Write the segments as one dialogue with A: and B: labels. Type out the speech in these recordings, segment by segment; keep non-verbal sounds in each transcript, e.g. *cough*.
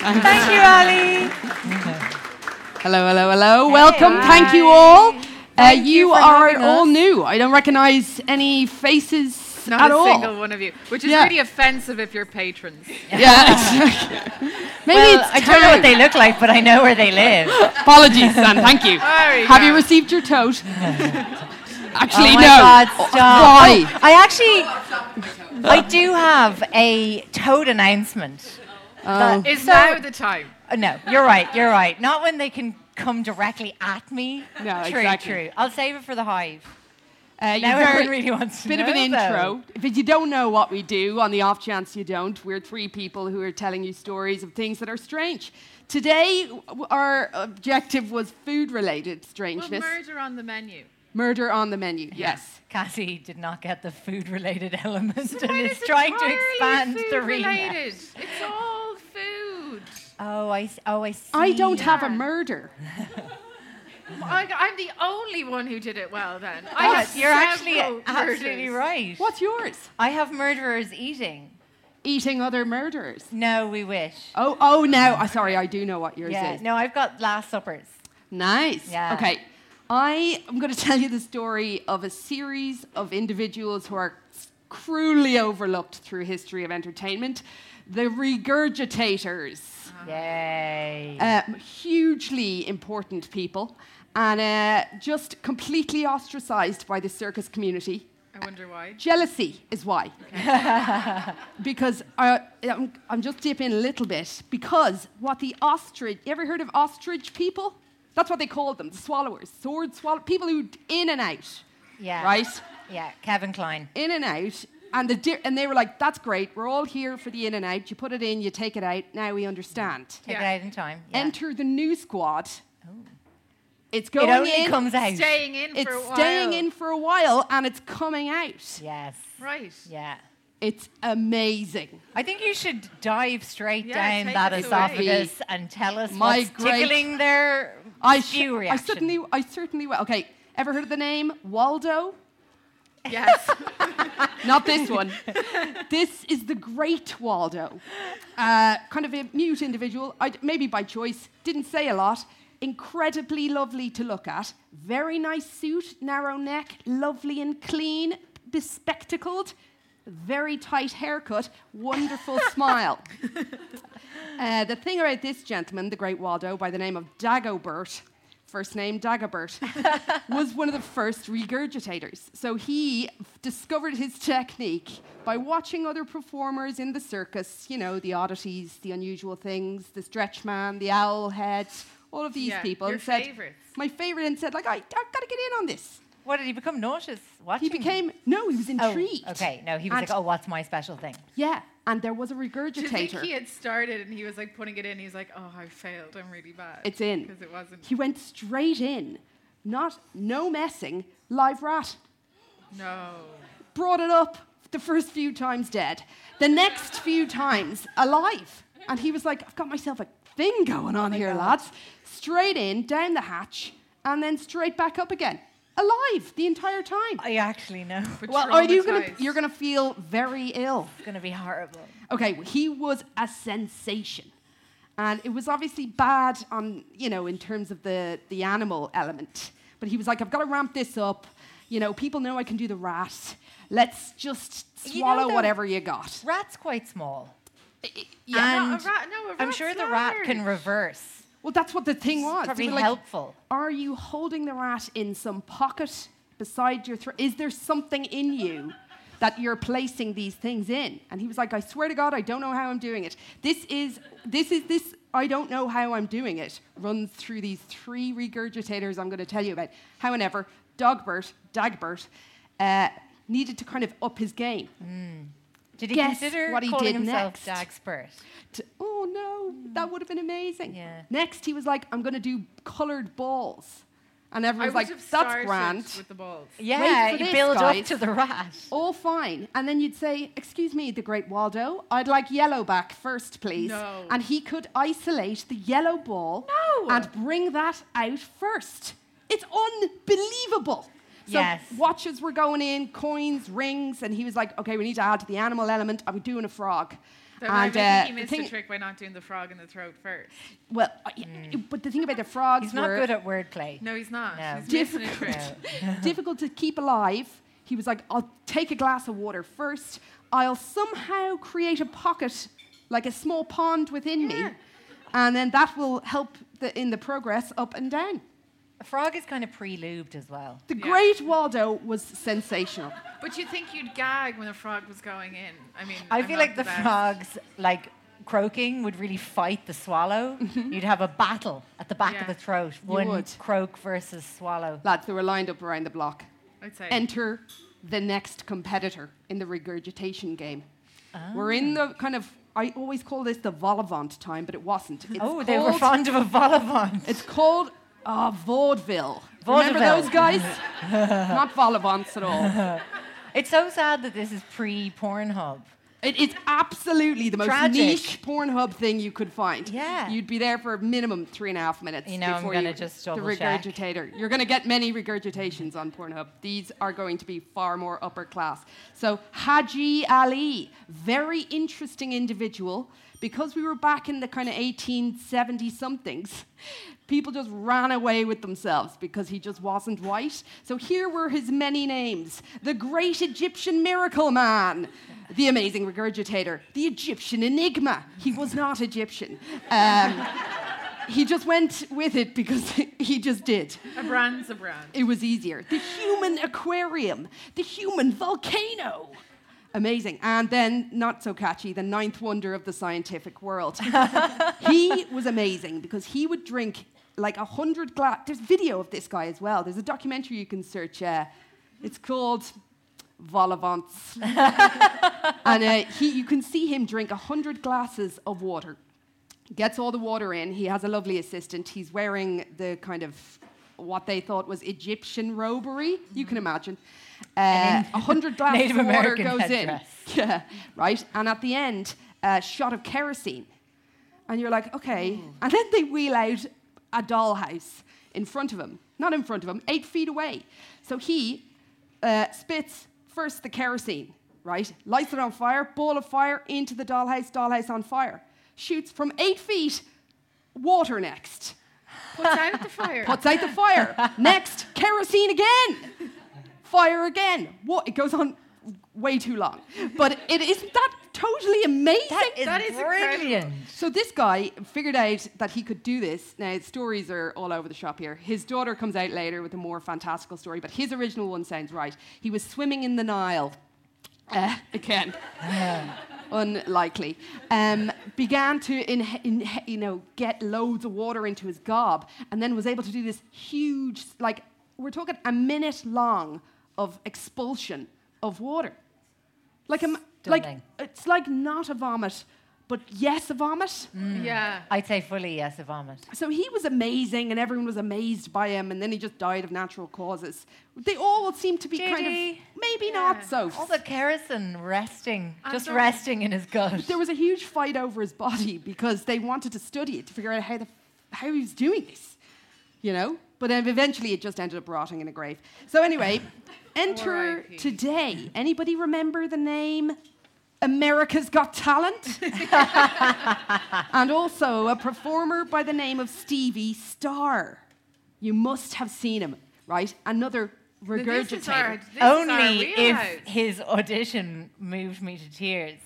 A: Thank you, Ali. Hello, hello, hello. Welcome. Thank you all. Uh, you are all new. I don't recognize any faces
B: Not
A: at
B: a
A: all.
B: single one of you, which is
A: Yeah.
B: really offensive if you're patrons.
A: Yeah, *laughs* exactly.
C: *laughs*
A: Maybe
C: Well,
A: it's
C: I don't know what
A: time. *laughs*
C: they look like, but I know where they live. Oh
A: Apologies, Sam. Thank you.
B: There you
A: Have you
B: go.
A: received
C: *laughs*
A: your tote? *laughs* Actually,
C: oh my
A: no.
C: God,
A: Oh,
C: stop.
A: Why?
C: Oh, I actually, I do have a toad announcement.
A: Oh.
C: But-
B: Is
C: so-
B: now the time?
C: uh, no, you're right, you're right. Not when they can come directly at me.
A: No,
C: true,
A: exactly.
C: true. I'll save it for the hive.
A: Uh, you
C: Now
A: very-
C: everyone really wants to
A: bit of an
C: know,
A: intro. If you don't know what we do, on the off chance you don't, we're three people who are telling you stories of things that are strange. Today, w- our objective was food-related
B: Well,
A: strangeness.
B: murder on the menu.
A: Murder on the menu. Yes.
C: Cassie did not get the food-related *laughs* element
B: Well,
C: and is
B: it's
C: trying to
B: entirely
C: expand the
B: food-related.
C: remit.
B: It's all food.
C: Oh, I, s- oh, I see.
A: I don't have a
C: *laughs*
A: murder.
B: I, I'm the only one who did it well then. I
C: Oh,
B: have
C: you're actually
B: several
C: absolutely
B: murders.
C: right.
A: What's yours?
C: I have murderers eating.
A: Eating other murderers.
C: No, we wish.
A: Oh, oh no. I sorry, I do know what yours
C: yeah.
A: is.
C: No, I've got Last Suppers.
A: Nice.
C: Yeah.
A: Okay. I am going to *laughs* tell you the story of a series of individuals who are cruelly overlooked through history of entertainment. The regurgitators,
C: Yay.
A: um, hugely important people, and uh, just completely ostracized by the circus community.
B: I wonder why.
A: Jealousy is why. *laughs* because I, I'm, I'm just dipping a little bit. Because what the ostrich, you ever heard of ostrich people? That's what they called them, the swallowers, sword swallow, people who d- in and out,
C: yeah.
A: right?
C: Yeah. Kevin Klein.
A: In and out. And, the di- and they were like, that's great, we're all here for the in and out. You put it in, you take it out, now we understand.
C: Take
B: Yeah.
C: it out in time. Yeah. Oh.
A: Enter the new squad. It's
C: it
A: going
C: only
A: in,
C: comes out.
B: Staying in
A: it's
B: for a while.
A: staying in for a while, and it's coming out.
C: Yes.
B: Right.
C: Yeah.
A: It's amazing.
C: I think you should dive straight
B: Yeah,
C: down
B: take
C: that
B: us
C: esophagus and tell us
A: My
C: what's
A: great-
C: tickling their
A: I
C: spew
A: sure. I
C: reaction.
A: certainly, I certainly will. Okay, ever heard of the name Waldo?
B: Yes.
A: *laughs* Not this one. this is the Great Waldo, uh, kind of a mute individual, I d maybe by choice. Didn't say a lot. Incredibly lovely to look at. Very nice suit, narrow neck, lovely and clean, bespectacled. Very tight haircut, wonderful *laughs* smile. Uh, the thing about this gentleman, the Great Waldo, by the name of Dagobert, first
C: *laughs*
A: name Dagobert, was one of the first regurgitators. So he f- discovered his technique by watching other performers in the circus, you know, the oddities, the unusual things, the stretch man, the owl head, all of these
B: Yeah,
A: people.
B: your
A: and said,
B: favourites.
A: My favorite, and said, like, I, I've got to get in on this.
C: What did he become? Nauseous? Watching?
A: He became no, he was
C: Oh,
A: intrigued.
C: okay. No, he was
A: And-
C: like, oh, what's my special thing?
A: yeah, and there was a
B: To think
A: regurgitator.
B: he had started and he was like putting it in. He was like, "Oh, I failed. I'm really bad."
A: it's in.
B: because it wasn't.
A: He went straight in, not no messing, live rat.
B: no.
A: Brought it up the first few times dead, the next few times alive, and he was like, I've got myself a thing going
B: Oh
A: on here, lads. Straight in, down the hatch, and then straight back up again, alive the entire time.
C: I actually know. It's
A: well, are you gonna?
B: traumatized.
A: You're gonna feel very ill.
C: going to be horrible.
A: Okay, well, he was a sensation. And it was obviously bad on, you know, in terms of the, the animal element. But he was like, I've got to ramp this up. You know, people know I can do the rat. Let's just
C: You know
A: swallow
C: the-
A: whatever you got.
C: Rat's quite small.
B: No,
C: Yeah.
B: a rat, no, a
C: I'm
B: rat's
C: sure the rat can
B: large.
C: reverse.
A: Well, that's what the thing was. They
C: probably
A: were like,
C: helpful.
A: Are you holding the rat in some pocket beside your throat? Is there something in you that you're placing these things in? And he was like, I swear to God, I don't know how I'm doing it. This is this is this. I don't know how I'm doing it. Runs through these three regurgitators I'm going to tell you about. However, Dogbert, Dagbert, uh, needed to kind of up his game.
C: Did he
A: Guess
C: consider
A: what he
C: calling
A: did
C: himself
A: next.
C: Dagspert?
A: to- oh no,
B: Hmm.
A: that would have been amazing.
C: Yeah.
A: Next, he was like, I'm going to do colored balls. And
B: I
A: everyone's
B: would
A: like,
B: have
A: that's
B: started
A: grand.
B: with the balls.
C: Yeah,
A: for
C: he
A: this,
C: built up
A: guys.
C: to the rat.
A: All fine. And then you'd say, Excuse me, the great Waldo, I'd like yellow back first, please.
B: No.
A: And he could isolate the yellow ball
B: No.
A: and bring that out first. It's unbelievable. So
C: Yes.
A: watches were going in, coins, rings, and he was like, Okay, we need to add to the animal element. Are we doing a frog? uh,
B: Then I would think he
A: the
B: missed
A: thing-
B: the trick by not doing the frog in the throat first. Hmm.
A: Well, I- but the thing about the frogs
C: He's not
A: were
C: good at wordplay.
B: No, he's not.
C: No.
B: He's missing a trick.
A: *laughs* difficult to keep alive. He was like, I'll take a glass of water first. I'll somehow create a pocket, like a small pond within me. And then that will help the, in the progress up and down.
C: A frog is kind of pre-lubed as well.
A: The great Waldo was sensational.
B: But you think you'd gag when a frog was going in. I mean,
C: I
B: I'm
C: feel
B: not
C: like the
B: best.
C: frogs, like croaking, would really fight the swallow. You'd have a battle at the back of
B: Yeah.
C: the throat. One
A: Mm-hmm. would.
C: croak versus swallow.
A: Lads, they were lined up around the block.
B: I'd say.
A: Enter the next competitor in the regurgitation game. We're in
B: Ah.
A: the kind of, I always call this the volivant time, but it wasn't. It's
C: oh, they were
A: called-
C: fond of a volivant.
A: It's called uh, vaudeville. Remember
C: Vaudeville.
A: those
C: *laughs*
A: guys? Not volivants at all.
C: It's so sad that this is pre-Pornhub.
A: It is absolutely the most
C: Tragic.
A: niche Pornhub thing you could find.
C: Yeah.
A: You'd be there for a minimum three and a half minutes.
C: You know, I'm
A: before
C: gonna
A: you-
C: just
A: The
C: double check.
A: regurgitator. You're going to get many regurgitations on Pornhub. These are going to be far more upper class. So, Haji Ali, very interesting individual. Because we were back in the kind of 1870 somethings, people just ran away with themselves because he just wasn't white. So here were his many names the great Egyptian miracle man, the amazing regurgitator, the Egyptian enigma. He was not Egyptian. Um, he just went with it because *laughs* he just did.
B: a brand's a brand.
A: It was easier. The human aquarium, the human volcano. Amazing. And then, not so catchy, the ninth wonder of the scientific world. he was amazing because he would drink like a hundred glass. There's video of this guy as well. There's a documentary you can search. Uh, it's called Volivants.
C: *laughs*
A: and uh, he, you can see him drink 100 glasses of water. Gets all the water in. He has a lovely assistant. He's wearing the kind of what they thought was Egyptian robery. You can imagine. Uh, 100 glasses
C: Mm-hmm. Native
A: of water
C: American
A: goes
C: headdress.
A: in. *laughs* Yeah, right. And at the end, a shot of kerosene. And you're like, okay. And then they wheel out a dollhouse in front of him. Not in front of him, eight feet away. So he uh, spits first the kerosene, right? Lights it on fire, ball of fire into the dollhouse, dollhouse on fire. Shoots from eight feet, water next.
B: Puts out the fire.
A: Puts out the fire. Next, kerosene again. Fire again. What? It goes on way too long. But it isn't that totally amazing?
B: That is incredible.
C: brilliant.
A: So this guy figured out that he could do this. Now stories are all over the shop here. His daughter comes out later with a more fantastical story, but his original one sounds right. He was swimming in the Nile. Uh, again, unlikely. Um, began to inha- inha- you know get loads of water into his gob, and then was able to do this huge like we're talking a minute long of expulsion of water. Like, a, like
C: Stunning.
A: it's like not a vomit, but yes, a vomit.
C: Mm.
A: Uh.
B: Yeah.
C: I'd say fully yes, a vomit.
A: So he was amazing, and everyone was amazed by him, and then he just died of natural causes. They all seem to be kind of
C: JD.
A: maybe not so.
C: All the kerosene resting, just
B: don't-
C: resting in his gut.
A: there was a huge fight over his body *laughs* because they wanted to study it to figure out how the, how he was doing this, you know. But then eventually, it just ended up rotting in a grave. So
B: *laughs*
A: anyway, enter
B: R.I.P..
A: today. Anybody remember the name? America's
B: *laughs*
A: Got Talent, and also a performer by the name of Stevie Starr. You must have seen him, right? Another regurgitator.
B: This is our, this is our
C: Only if
B: wheelhouse.
C: his audition moved me to tears.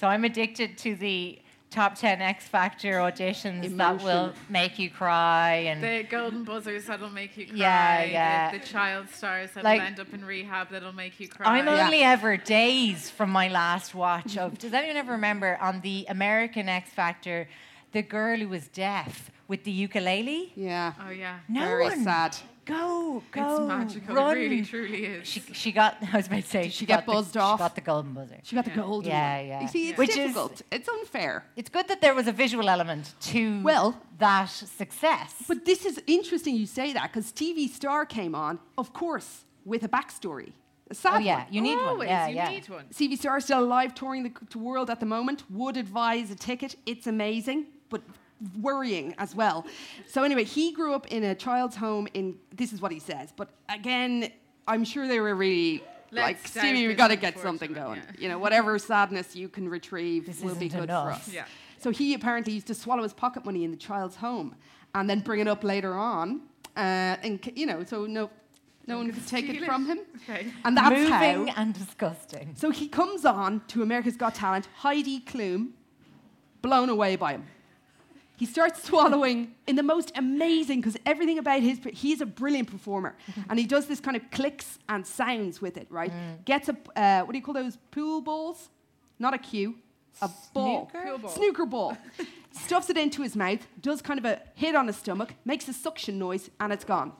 C: So I'm addicted to the top 10 X Factor auditions that will
A: Emotion.
C: make you cry and
B: The golden buzzers that'll make you cry.
C: Yeah,
B: the-
C: yeah.
B: The, child stars that'll
C: Like-
B: end up in rehab that'll make you cry.
C: I'm only ever days from my last watch of. Does anyone ever remember on the American X Factor, the girl who was deaf with the ukulele?
A: Yeah.
B: Oh yeah.
C: No
A: Very
C: one.
A: sad.
C: Go, go.
B: It's magical.
C: Run.
B: It really, truly is.
C: She, she got. *laughs* I was about to say.
A: she get
C: got the-
A: buzzed
C: she
A: off?
C: got the golden buzzer.
A: She got the golden.
C: Yeah,
A: one.
C: yeah.
A: You see, it's
C: Which is-
A: difficult. it's unfair.
C: It's good that there was a visual element to
A: Well-
C: that success.
A: But this is interesting you say that because TV Star came on, of course, with a backstory. A sad
C: oh yeah,
A: one.
C: you need
B: Always,
C: one. Yeah,
B: you
C: yeah.
B: need one.
A: CV Star is still alive, touring the c- t- world at the moment. Would advise a ticket. It's amazing, but worrying as well. So anyway, he grew up in a child's home. In this is what he says. But again, I'm sure they were really.
B: Let's
A: like
B: doubt
A: Stevie, we
B: this
A: got to get something going.
B: unfortunate,
A: You know, whatever sadness you can retrieve
C: This
A: will be
C: isn't
A: good for
C: enough.
A: us.
B: Yeah.
A: So he apparently used to swallow his pocket money in the child's home and then bring it up later on, uh, and c- you know, so no, no one could take it
B: steal it.
A: from him.
B: Okay.
A: And that's how
C: Moving and disgusting.
A: so he comes on to America's Got Talent, Heidi Klum, blown away by him. He starts swallowing in the most amazing, because everything about his, he's a brilliant
C: *laughs*
A: performer. and he does this kind of clicks and sounds with it, right?
C: Mm.
A: Gets a, uh, what do you call those pool balls? Not a cue, a ball.
C: Snooker? Pool
B: ball.
C: *laughs*
A: Snooker ball. Stuffs it into his mouth, does kind of a hit on his stomach, makes a suction noise, and it's gone.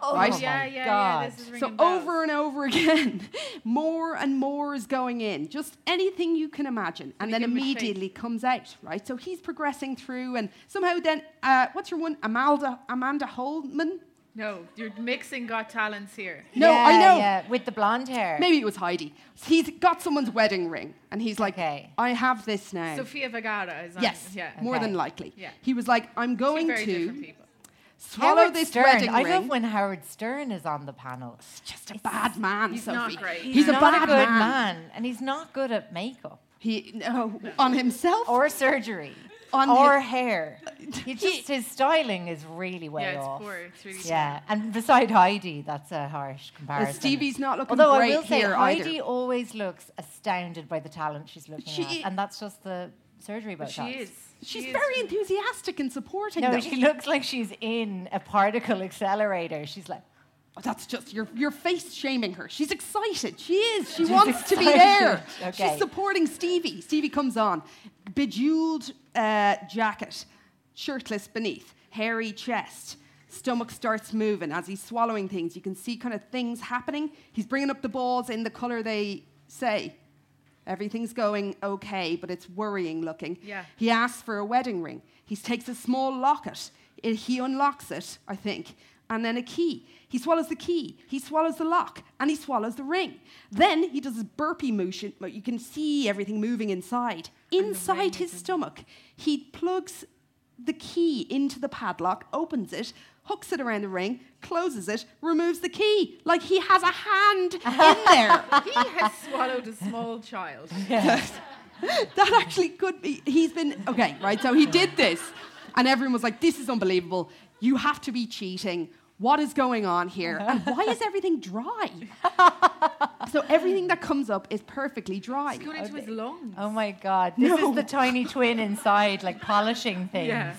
C: Oh
A: Right?
C: my
B: yeah, yeah, yeah.
C: God.
B: This is
A: So
B: ringing bells.
A: over and over *laughs* again, more and more is going in. Just anything you can imagine, and then
B: give him a shake.
A: immediately comes out. Right. So he's progressing through, and somehow then, uh, what's your one? Amanda Amanda Holman.
B: No, you're mixing Got Talents here.
A: No, I
C: Yeah,
A: know.
C: Yeah, with the blonde hair.
A: Maybe it was Heidi. He's got someone's wedding ring, and he's like,
C: Okay.
A: "I have this now."
B: Sofia Vergara is on.
A: yes,
B: Yeah.
A: more
C: Okay.
A: than likely.
B: Yeah.
A: He was like, "I'm
B: Two
A: going
B: very different
A: to
B: people.
A: swallow
C: Howard
A: this
C: Stern.
A: wedding
C: I
A: ring."
C: love when Howard Stern is on the panel.
A: just a bad man,
B: He's not
A: Sophie.
B: great.
A: He's,
B: He's
A: a
C: not
A: bad
C: a good man. and he's not good at makeup
A: He no, on himself
C: or surgery
A: On
C: or
A: his-
C: hair.
A: *laughs*
C: He just his styling is really way
B: Yeah, it's
C: off.
B: poor. It's really
C: yeah, and beside Heidi, that's a harsh comparison.
A: Stevie's not looking
C: Although
A: great
C: I will say,
A: here either.
C: Heidi always looks astounded by the talent she's looking
A: She i-
C: at, and that's just the surgery about
B: She is.
A: She's
B: She is
A: very enthusiastic and supporting
C: No,
A: them.
C: she looks like she's in a particle accelerator. She's like,
A: Oh, That's just your your face shaming her. She's excited. She is. She
C: She's
A: wants to be there.
C: *laughs* excited.
A: She's
C: Okay.
A: supporting Stevie. Stevie comes on, bejeweled uh, jacket, shirtless beneath, hairy chest. Stomach starts moving as he's swallowing things. You can see kind of things happening. He's bringing up the balls in the color they say. Everything's going okay, but it's worrying looking.
B: Yeah.
A: He asks for a wedding ring. He takes a small locket. I- he unlocks it, I think, and then a key. He swallows the key. He swallows the lock, and he swallows the ring. Then he does his burpee motion, but you can see everything moving inside. Inside his stomach, he plugs the key into the padlock, opens it, hooks it around the ring, closes it, removes the key. Like he has a
B: *laughs*
A: hand in there.
B: He has swallowed a small child.
A: *laughs* that actually could be. He's been okay, right? So he did this, and everyone was like, "This is unbelievable. You have to be cheating. What is going on here? And why is everything dry?" so everything that comes up is perfectly dry.
B: It's going into his lungs.
C: "Oh my god, this
A: No.
C: is the tiny twin inside, like
A: *laughs*
C: polishing things."
B: yeah.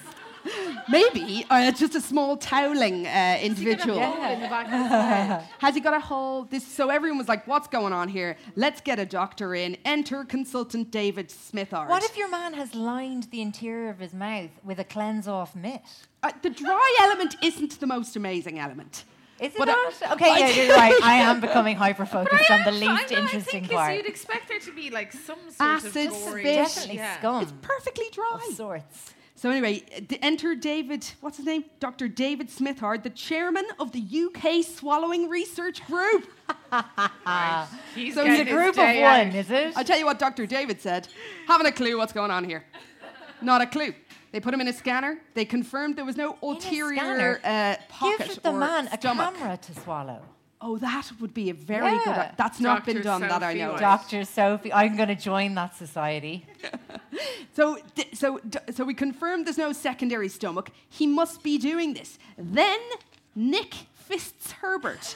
A: Maybe uh, just a small toweling uh, individual.
B: Got a hole in the back of his head.
A: *laughs* Has he got a hole? This so everyone was like, "What's going on here? Let's get a doctor in." Enter consultant David Smithard.
C: What if your man has lined the interior of his mouth with a cleanse off mitt?
A: Uh, the dry element isn't the most amazing element.
C: Is it
A: But, uh,
C: not? okay, yeah, *laughs* you're right. I am becoming hyper focused on the least interesting
B: I think
C: part.
B: you'd expect there to be like some sort
A: Acid
B: of gory.
A: spit.
C: Definitely
B: Yeah.
C: scum.
A: It's perfectly dry.
C: of sorts.
A: So anyway, d- enter David, what's his name? Dr. David Smithard, the chairman of the UK Swallowing Research Group. *laughs*
B: He's
A: So
B: getting
C: It's
A: he's a
C: a
B: his
C: group of
B: day out.
C: one, is it?
A: I tell you what Dr. David said. Haven't a clue what's going on here. Not a clue. They put him in a scanner. They confirmed there was no
C: In a scanner,
A: ulterior uh, pocket
C: Give the
A: or
C: man a
A: stomach.
C: camera to swallow.
A: Oh, that would be a very good.
C: Yeah.
A: That's not been
B: Dr.
A: done that I
B: Sophie
A: know. of.
B: White.
C: Dr. Sophie, I'm going to join that society.
A: So, d- so, d- so we confirmed there's no secondary stomach. He must be doing this. Then Nick Fists Herbert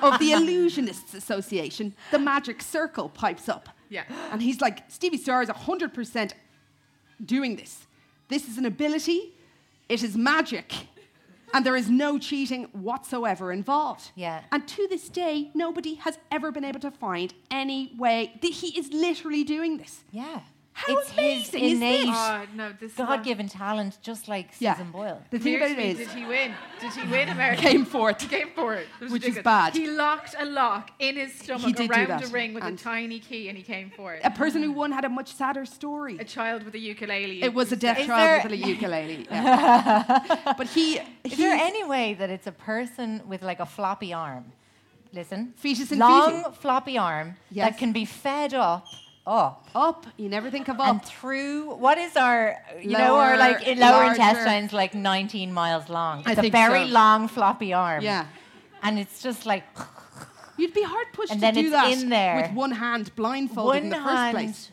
A: of the Illusionists Association, the Magic Circle, pipes up.
B: Yeah.
A: And he's like, Stevie Starr is 100% doing this. This is an ability, it is magic, and there is no cheating whatsoever involved.
C: Yeah.
A: And to this day, nobody has ever been able to find any way that he is literally doing this.
C: Yeah.
A: How
C: it's
A: amazing
C: his
A: is this?
C: innate
B: Oh, no, this is
C: God given talent, just like
A: Yeah.
C: Susan Boyle.
A: The thing about it
B: Seriously,
A: is,
B: did he win? Did he
A: *laughs*
B: win America?
A: came forth.
B: Came for it. It was
A: Which is
B: ridiculous.
A: bad.
B: He locked a lock in his stomach
A: did do
B: around
A: that,
B: a ring with
A: and-
B: a tiny key and he came for it.
A: A person who won had a much sadder story.
B: A child with a ukulele.
A: It was a death
C: Is
A: trial
C: there-
A: with a
B: *laughs*
A: ukulele. yeah. *laughs* but he,
C: Is there
A: he's-
C: any way that it's a person with like a floppy arm? Listen,
A: Fetus and
C: long
A: fetal.
C: floppy arm
A: Yes.
C: that can be fed up, Oh, up,
A: up? You never think of
C: and
A: up.
C: through. What is our, you know, our
A: Oh. Lower,
C: like in lower
A: larger-
C: intestines like 19 miles long. It's a
A: think
C: very
A: so.
C: long floppy arm.
A: Yeah.
C: and it's just like
A: You'd be hard pushed
C: And
A: to
C: then
A: do
C: it's
A: that
C: in there.
A: with one hand blindfolded
C: one
A: in the first
C: hand.
A: place.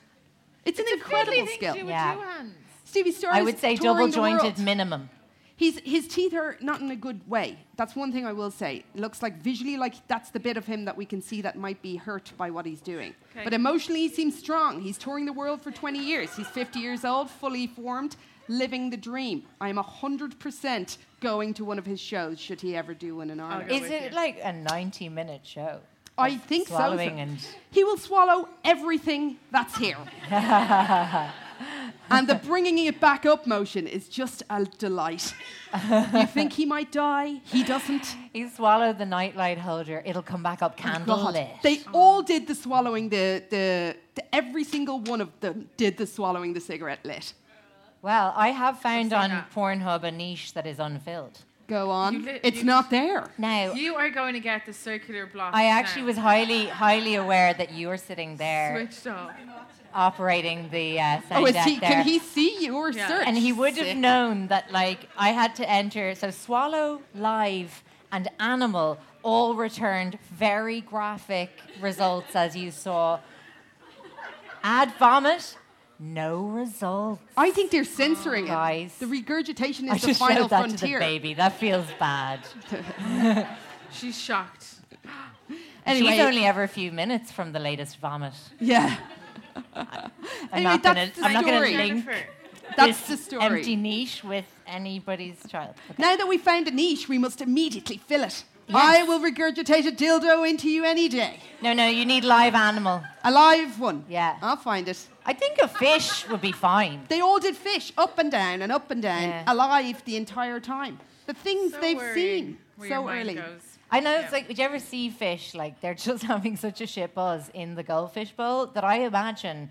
A: It's, an
B: incredible
A: incredible skill.
B: Thing to do
C: Yeah.
B: with two hands.
A: Stevie Starr
C: I
A: is
C: would say
A: touring
C: double
A: the
C: jointed
A: world.
C: minimum.
A: He's, his teeth are not in a good way. That's one thing I will say. It looks like visually, like that's the bit of him that we can see that might be hurt by what he's doing. But emotionally, he seems strong. He's touring the world for 20 years. He's 50 years old, fully formed, living the dream. I'm 100% going to one of his shows, should he ever do one in Ireland.
B: go
C: Is
B: with
C: it
B: you.
C: like a 90 minute show?
A: I
C: of
A: think so, so.
C: swallowing and
A: He will swallow everything
C: *laughs*
A: that's here. and the bringing it back up motion is just a delight. you think he might die? He doesn't.
C: He swallowed the nightlight holder. It'll come back up
A: Oh God.
C: candlelit.
A: They all did the swallowing. The, the the every single one of them did the swallowing the cigarette lit.
C: well, I have found on
B: that.
C: Pornhub a niche that is unfilled.
A: Go on.
B: lit-
A: it's
B: you-
A: not there.
C: Now,
B: You are going to get the circular block.
C: I actually
B: now.
C: was highly, highly aware that you were sitting there
B: switched off.
C: operating the uh, sound
A: Oh, is
C: deck
A: he,
C: there.
A: can he see you or
B: Yeah.
A: search?
C: and he would have
A: Sick.
C: known that, like, I had to enter. So, swallow, live, and animal all returned very graphic results, as you saw. Add vomit, no results.
A: I think they're censoring
C: Guys.
A: it. The regurgitation
C: I
A: is the
C: just
A: final
C: showed that to the
A: frontier.
C: baby. That feels bad.
B: She's
A: *gasps*
B: shocked.
A: Anyway,
C: She's only ever a few minutes from the latest vomit. *laughs*
A: yeah.
C: I'm
A: Anyway,
C: not gonna.
A: that's the
C: I'm not gonna
A: story.
C: link
B: Jennifer.
A: That's
C: this
A: the story.
C: empty niche with anybody's child. Okay.
A: Now that we found a niche, we must immediately fill it. I will regurgitate a dildo into you any day.
C: No, no, you need live animal.
A: A live one.
C: Yeah.
A: I'll find it.
C: I think a fish would be fine.
A: They all did fish up and down and up and down,
C: Yeah.
A: alive the entire time. The things
B: So
A: they've
B: worrying
A: seen
B: where your
A: so
B: mind
A: early.
B: goes.
C: I know it's like, did you ever see fish? Like they're *laughs* just having such a shit buzz in the goldfish bowl that I imagine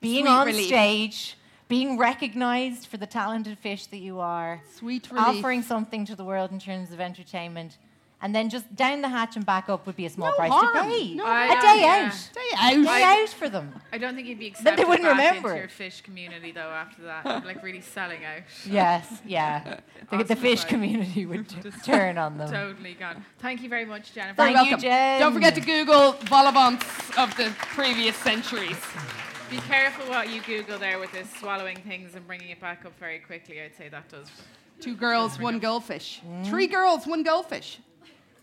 C: being
A: Sweet
C: on
A: relief.
C: stage, being recognised for the talented fish that you are,
A: Sweet relief.
C: offering something to the world in terms of entertainment, and then just down the hatch and back up would be a small
A: No
C: price to
A: harm.
C: pay.
A: No
C: a
B: harm.
C: day
B: I
C: out,
B: know, yeah.
A: Day out.
C: day
B: I-
C: out for them.
B: I don't think he'd be accepted
C: wouldn't
B: back
C: remember.
B: into your fish community though after that. They'd be, like really selling
A: *laughs*
B: out.
C: Yes,
B: *laughs*
C: yeah. The, the fish
B: Ostracised.
C: community would
B: *laughs*
C: t- turn on them.
B: Totally gone. Thank you very much, Jennifer.
C: Thank
A: You're
C: you,
A: welcome.
C: Jen.
A: Don't forget to Google volivants of the previous centuries.
B: Be careful what you Google there with this swallowing things and bringing it back up very quickly. I'd say that does
A: Two girls, one goldfish. Three girls, one goldfish.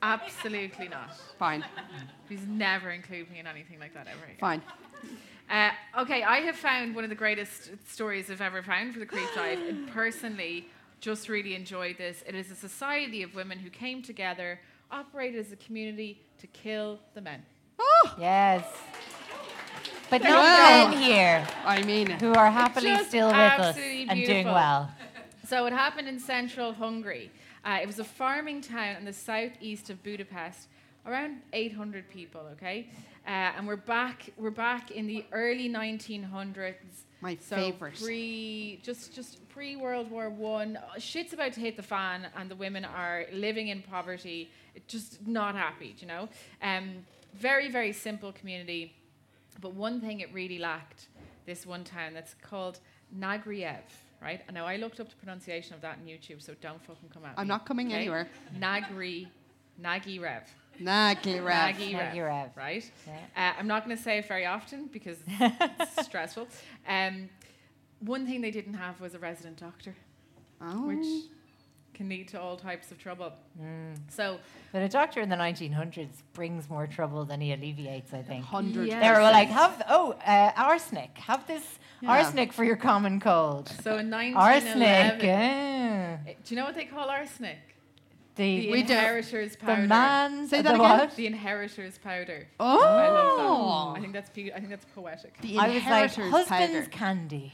B: absolutely not.
A: Fine,
B: Please never include me in anything like that ever again.
A: fine.
B: Uh, okay, I have found one of the greatest stories I've ever found for the Creep Dive.
A: *gasps*
B: And personally, just really enjoyed this. It is a society of women who came together, operated as a community to kill the men.
A: Oh,
C: Yes. But not
B: *laughs*
A: Wow.
C: men here
A: I mean it.
C: who are happily
B: just
C: still with us
B: absolutely
C: and doing
B: beautiful.
C: well.
B: So it happened in central Hungary. Uh, it was a farming town in the southeast of Budapest, around 800 people. Okay, uh, and we're back. We're back in the early 1900s.
A: My
B: so
A: favourite.
B: Pre, just just pre World War One. Shit's about to hit the fan, and the women are living in poverty. Just not happy, do you know. Um, very very simple community, but one thing it really lacked. This one town that's called Nagriev, right? And Now I looked up the pronunciation of that on YouTube, so don't fucking come out.
A: I'm not coming anywhere.
B: Nagri, Nagirev.
A: Nagli
B: Nagirev.
A: Rev.
C: Nagirev.
B: Right? Uh, I'm not going to say it very often
C: *laughs*
B: because it's stressful. Um, one thing they didn't have was a resident doctor,
A: Oh.
B: which can lead to all types of trouble.
C: Mm.
B: So,
C: But a doctor in the 1900s brings more trouble than he alleviates, I think.
A: Hundred.
B: Yeah.
C: They were like, have, oh, uh, arsenic. Have this arsenic for your common cold.
B: so in 1911,
C: Arsenic. eh.
B: Uh, do you know what they call arsenic?
C: The,
B: The
A: We don't.
B: inheritor's
C: the
B: powder.
C: man.
A: Say
C: the
A: that again.
C: what?
B: The inheritor's powder.
A: Oh.
B: I love that. I think that's beau- I think that's poetic.
A: The
C: I was like,
A: inheritors
C: husband's
A: powder.
C: candy.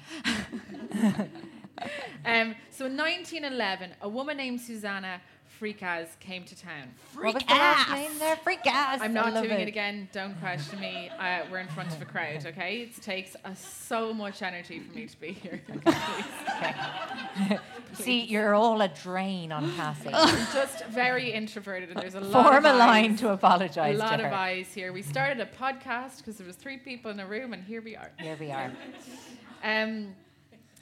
B: Um, so in 1911, a woman named Susanna Freakaz came to town.
C: what was the last name there? Freak ass.
B: I'm not
C: I love
B: doing it. again. Don't question me. Uh, we're in front of
C: *laughs*
B: a crowd, okay? It takes uh, so much energy for me to be
C: *laughs*
B: here.
C: See, you're all a drain on
B: *laughs*
C: passing.
B: I'm just very introverted, and there's a lot
C: Form
B: of
C: a line
B: eyes-
C: to
B: a
C: apologize
B: lot
C: to
B: of
C: her.
B: eyes here. We started a podcast because there was three people in a room, and here we are.
C: Here we are.
B: Um,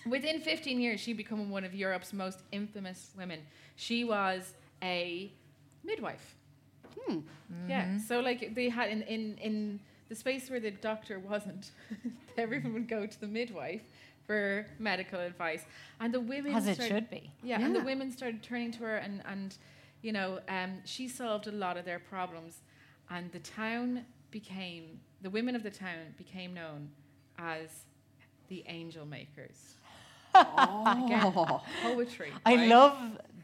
B: within 15 years, she became one of Europe's most infamous women. She was a midwife.
A: Hmm.
C: Mm-hmm.
B: Yeah. So like they had in in in the space where the doctor wasn't, *laughs* everyone would go to the midwife for medical advice, and the women
C: As it
B: started-
C: should be.
B: yeah, and the women started turning to her, and and you know, um, she solved a lot of their problems, and the town became the women of the town became known as the angel makers.
A: Oh,
B: Again, poetry.
C: I
B: right?
C: love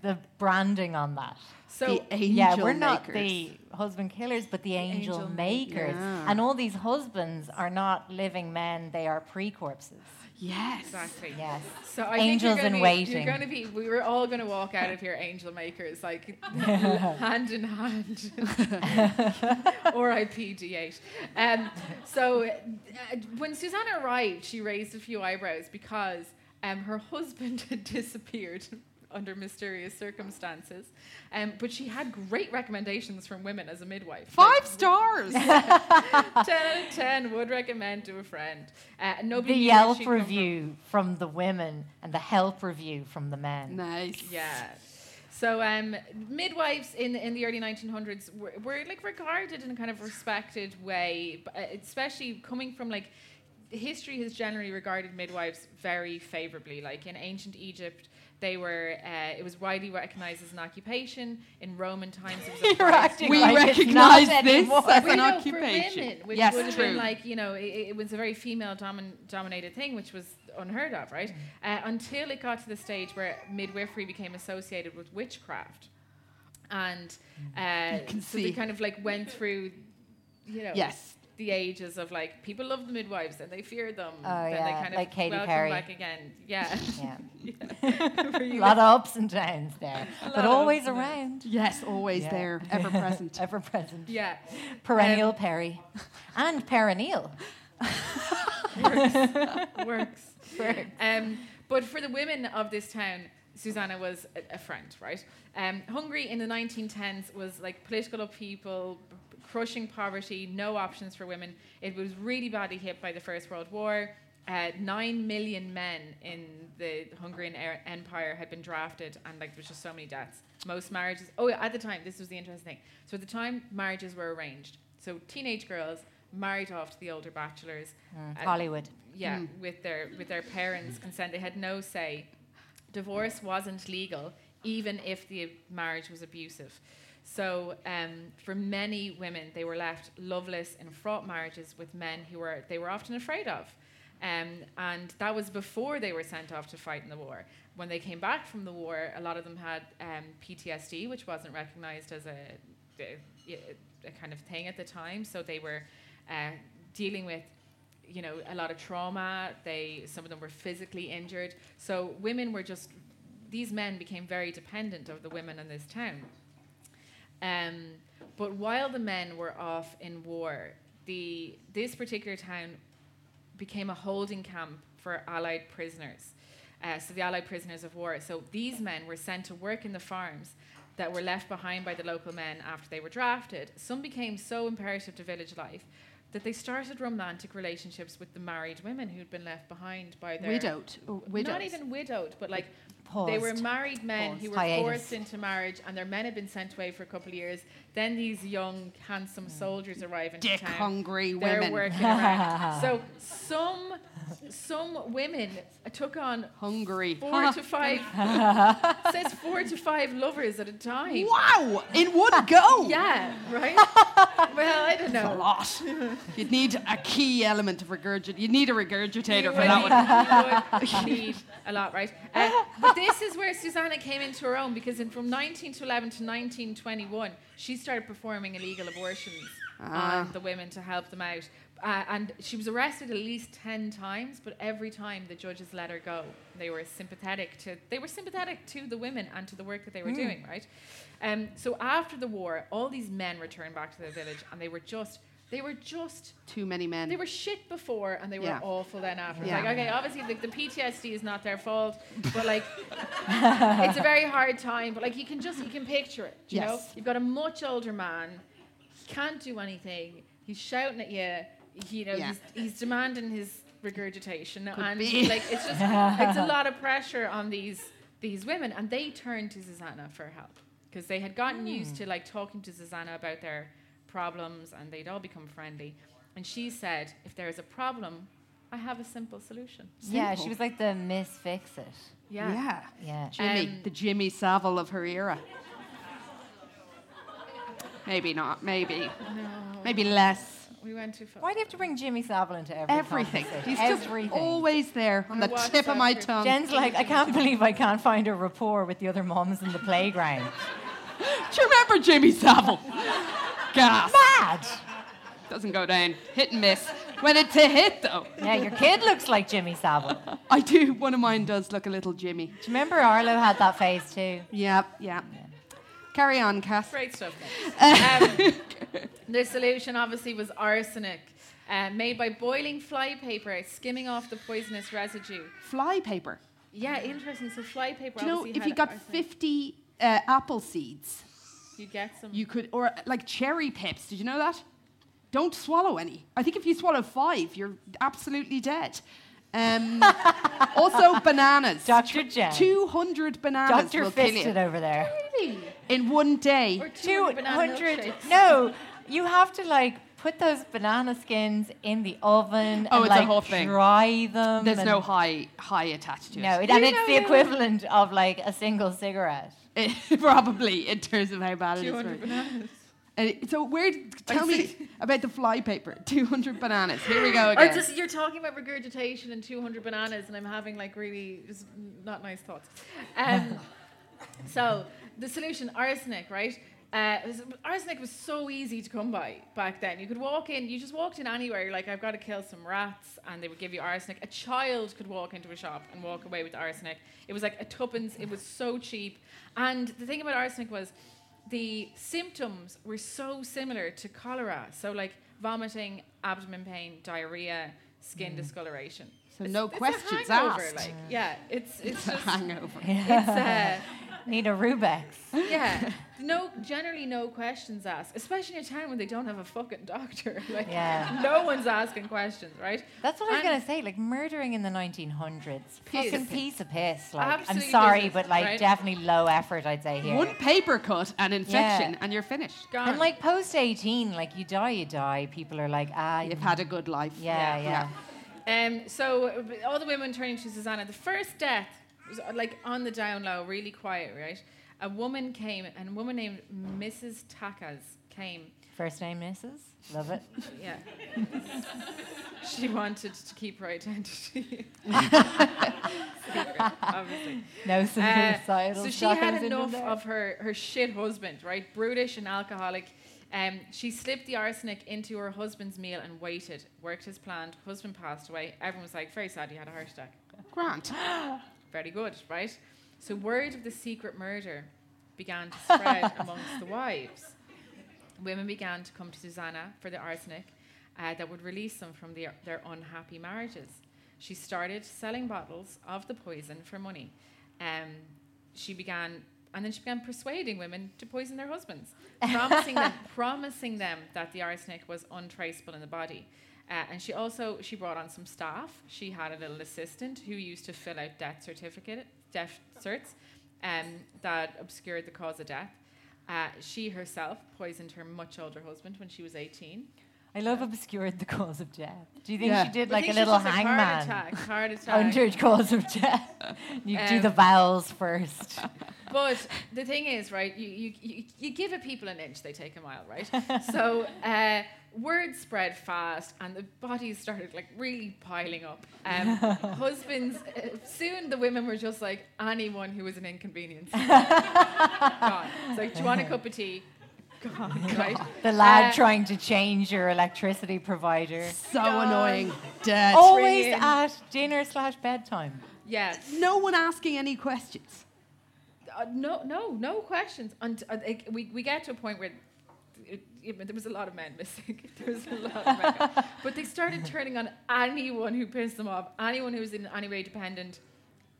C: the branding on that.
B: so
A: the angel
C: yeah, we're not
A: makers.
C: the husband killers, but the angel,
B: angel
C: makers. And all these husbands are not living men; they are pre-corpses.
A: Yes.
B: Exactly. *laughs*
C: Yes.
B: So
C: Angels
B: I think you're
C: in
B: gonna be,
C: waiting.
B: You're going to be. We were all going to walk out of here, angel
C: *laughs*
B: makers, like hand in hand. or D8. Um, so uh, when Susanna arrived, she raised a few eyebrows because um, her husband *laughs* had disappeared. Under mysterious circumstances, um, but she had great recommendations from women as a midwife. Like,
C: *laughs*
A: Five stars.
B: 10 out of 10 would recommend to a friend. Uh, nobody
C: The
B: knew where
C: Yelp
B: she'd come from.
C: review from. the women and the help review from the men.
A: nice.
B: Yeah. So um, midwives in in the early 1900s were, were like regarded in a kind of respected way, b- uh, especially coming from like history has generally regarded midwives very favorably. Like in ancient Egypt, they were uh, it was widely recognized as an occupation. In Roman times, it was a
C: You're
B: prize.
C: acting
A: We
C: like it's
A: recognise
C: not
A: this
C: anymore.
A: as
B: We
A: an
B: know For
A: occupation.
B: women, which
A: Yes,
B: would have been
A: true.
B: like, you know, it, it was a very female domin- dominated thing, which was unheard of,
A: Mm.
B: right? Uh, until it got to the stage where midwifery became associated with witchcraft. And uh,
A: Mm. can
B: so they
A: see.
B: kind of like went through, you know,
A: Yes.
B: the ages of like people loved the midwives and they feared them.
C: Oh,
B: then
C: yeah,
B: they kind
C: like
B: of
C: Katy
B: welcome
C: Perry.
B: back again. Yeah. *laughs*
C: Yeah. A
B: Were you-
C: lot of ups and downs there, but
B: of
C: always
B: ups and
C: around,
B: downs.
A: Yes, always
C: Yeah. *laughs*
A: there, ever present.
C: ever present.
B: yeah.
C: Perennial Perry, and perennial.
B: works. Um, but for the women of this town, Susanna was a, a friend, right? Um, Hungary in the 1910s was like political upheaval, p- crushing poverty, no options for women. It was really badly hit by the First World War. Uh, Nine million men in the Hungarian er- Empire had been drafted, and like there was just so many deaths. Most marriages. Oh, yeah, at the time, this was the interesting thing. So at the time, marriages were arranged. So teenage girls married off to the older bachelors. Uh,
C: Hollywood.
B: yeah, with their with their parents' consent. They had no say. Divorce wasn't legal, even if the marriage was abusive. So, um, for many women, they were left loveless in fraught marriages with men who were they were often afraid of, um, and that was before they were sent off to fight in the war. When they came back from the war, a lot of them had um, PTSD, which wasn't recognized as a, a, a kind of thing at the time. So they were uh, dealing with you know a lot of trauma they some of them were physically injured so women were just these men became very dependent of the women in this town. Um, but while the men were off in war, the this particular town became a holding camp for Allied prisoners. Uh, so the Allied prisoners of war. So these men were sent to work in the farms that were left behind by the local men after they were drafted. Some became so imperative to village life that they started romantic relationships with the married women who'd been left behind by their
A: Widowed. or widows.
B: not even widowed, but like they were
C: Paused.
B: married men who
C: Paused.
B: were
C: Hiatus.
B: forced into marriage, and their men had been sent away for a couple of years. Then these young, handsome soldiers arrive in
A: Mm. Dick
B: town.
A: hungry
B: They're
A: women.
B: working
A: *laughs*
B: around. so some some women took on
A: Hungry.
B: four to
A: *laughs*
B: five. says four to five lovers at a time.
A: Wow! In one go!
B: Yeah, right.
A: *laughs*
B: well, I don't
A: A
B: know. *laughs*
A: lot. You'd need a key element of regurgitation. You'd need a regurgitator
B: You
A: for that
B: would-
A: one.
B: You would need a lot, right? Uh, but this is where Susanna came into her own because in, from 1911 to 1921, she started performing illegal abortions on the women to help them out. Uh, and she was arrested at least 10 times, but every time the judges let her go. They were sympathetic to they were sympathetic to the women and to the work that they were doing, right? Um, so after the war, all these men returned back to their village and they were just they were just
A: Too many men.
B: they were shit before and they were
A: Yeah.
B: awful then after. It's
A: Yeah.
B: Like, okay, obviously the, the PTSD is not their fault, but
A: *laughs*
B: like it's a very hard time. But like you can just you can picture it. You know,
A: Yes.
B: you've got a much older man, can't do anything. He's shouting at you. He, you know,
A: Yeah.
B: he's, he's demanding his regurgitation, and
A: be.
B: like it's just it's a
A: *laughs*
B: lot of pressure on these these women, and they turned to Susanna for help because they had gotten
A: Hmm.
B: used to like talking to Susanna about their problems, and they'd all become friendly. And she said, "If there is a problem, I have a simple solution."
C: Yeah, she was like the Miss Fix It.
B: Yeah.
A: yeah.
C: Yeah.
A: Jimmy,
B: Um,
A: the Jimmy Savile of her era. Maybe not. Maybe. Maybe less.
B: We went too far.
C: Why do you have to bring Jimmy Savile into every
A: Everything.
C: conversation?
A: He's
C: Everything.
A: just always there on the
B: watch
A: tip of
B: that
A: my
B: for-
A: tongue.
C: Jen's like, I can't believe I can't find a rapport with the other moms in the
A: *laughs*
C: playground.
A: Do you remember Jimmy Savile? Gas.
C: Bad.
A: Doesn't go down. Hit and miss. When it's a hit, though.
C: Yeah, your kid looks like Jimmy Savile. Do you
A: I do. One of mine does look a little Jimmy.
C: remember Arlo had that face too?
A: Yeah, yeah. Carry on, Cass.
B: Great
A: *laughs*
B: stuff. Um, the solution obviously was arsenic, uh, made by boiling flypaper, skimming off the poisonous residue.
A: Fly paper.
B: Yeah, interesting. So flypaper.
A: Do you know
B: obviously
A: if you
B: had
A: got
B: arsenic.
A: 50 uh, apple seeds,
B: you get some. *laughs*
A: you could, or uh, like cherry pips, did you know that? Don't swallow any. I think if you swallow five, you're absolutely dead.
B: *laughs*
A: Um, also, bananas.
C: Dr. Jen.
A: 200 bananas
C: Dr.
A: will kill
C: Fisted
A: you
C: over there.
A: in one day.
B: or two
C: Two
B: hundred banana
C: hundred.
B: milkshakes.
C: No, you have to like put those banana skins in the oven
A: Oh,
C: and
A: it's a
C: like
A: whole thing.
C: dry them.
A: There's
C: and-
A: no high, high attached to it. *laughs*
C: No, it, and it's the equivalent of like a single cigarette.
A: probably in terms of how bad it is.
B: 200
A: for it. And it- so where? Tell me about the fly paper. Two hundred bananas. Here we go
B: Or
A: again.
B: just you're talking about regurgitation and 200 bananas, and I'm having like really just not nice thoughts. Um, so the solution, arsenic, right? Uh, it was- arsenic was so easy to come by back then. You could walk in, you just walked in anywhere. You're like, I've got to kill some rats, and they would give you arsenic. A child could walk into a shop and walk away with arsenic. It was like a tuppence. It was so cheap. And the thing about arsenic was, the symptoms were so similar to cholera. So like vomiting, abdomen pain, diarrhea, skin discoloration.
A: Mm. So no
B: it's
A: questions
B: a hangover,
A: asked.
B: Like, yeah, it's it's just
A: hangover.
B: it's
A: *laughs*
B: uh,
C: Need a Rubex. *laughs*
B: yeah. No, generally no questions asked, especially in a time when they don't have a fucking doctor. *laughs* Like
C: Yeah.
B: no one's asking questions, right?
C: That's what I was
B: And-
C: gonna say. Like murdering in the 1900s,
B: Piece of
C: fucking
B: piss.
C: piece of piss. Like I'm
B: Absolute
C: sorry,
B: business,
C: but like
B: right?
C: definitely low effort. I'd say here.
A: One paper cut and infection,
C: Yeah.
A: and you're finished.
B: Gone.
C: and like post 18, like you die, you die. People are like, ah,
A: You've had a good life.
C: yeah, yeah.
B: Um, so uh, b- all the women turning to Susanna. The first death was uh, like on the down low, really quiet, right? A woman came, and a woman named Mrs. Takas came.
C: First name Mrs. Love
B: *laughs*
C: it.
B: Yeah. she wanted to keep her identity. *laughs*
C: *laughs*
B: Secret, obviously.
C: No *laughs* suicidal.
B: Uh, Eh, so she had enough of her, her shit husband, right? Brutish and alcoholic. Um, she slipped the arsenic into her husband's meal and waited. Worked as planned. Husband passed away. Everyone was like, very sad, he had a heart attack.
A: Grant.
B: Very good, right? So word of the secret murder began to spread amongst the wives. Women began to come to Susanna for the arsenic uh, that would release them from their, their unhappy marriages. She started selling bottles of the poison for money. Um, she began, and then she began persuading women to poison their husbands, promising them, promising them that the arsenic was untraceable in the body. Uh, and she also she brought on some staff. She had a little assistant who used to fill out death certificate, death certs, um, that obscured the cause of death. Uh, she herself poisoned her much older husband when she was 18.
C: I love obscured the cause of death. Do you think
A: Yeah.
C: she did
B: We
C: like a
B: think she
C: little
B: just had Heart
C: hangman?
B: attack,
C: *laughs*
B: heart attack.
C: Under cause of death. *laughs* You do
B: Um,
C: the vowels first.
B: But the thing is, right, you, you, you, you give a people an inch, they take a mile,
C: *laughs*
B: right? so uh, word spread fast and the bodies started like really piling up.
C: *laughs*
B: Um, husbands, uh, soon the women were just like anyone who was
C: *laughs*
B: an inconvenience. Gone. It's like, do you want a cup of tea?
C: *laughs*
B: Gone, right?
C: The lad
B: Uh,
C: trying to change your electricity provider.
A: So annoying. Dead.
C: Always
B: ringing.
C: at dinner slash bedtime.
B: Yeah.
A: No one asking any questions.
B: uh, no, no, no questions. And uh, like, we we get to a point where it, it, there was a lot of men missing. *laughs* there was a lot of men, but they started turning on anyone who pissed them off, anyone who was in any way dependent,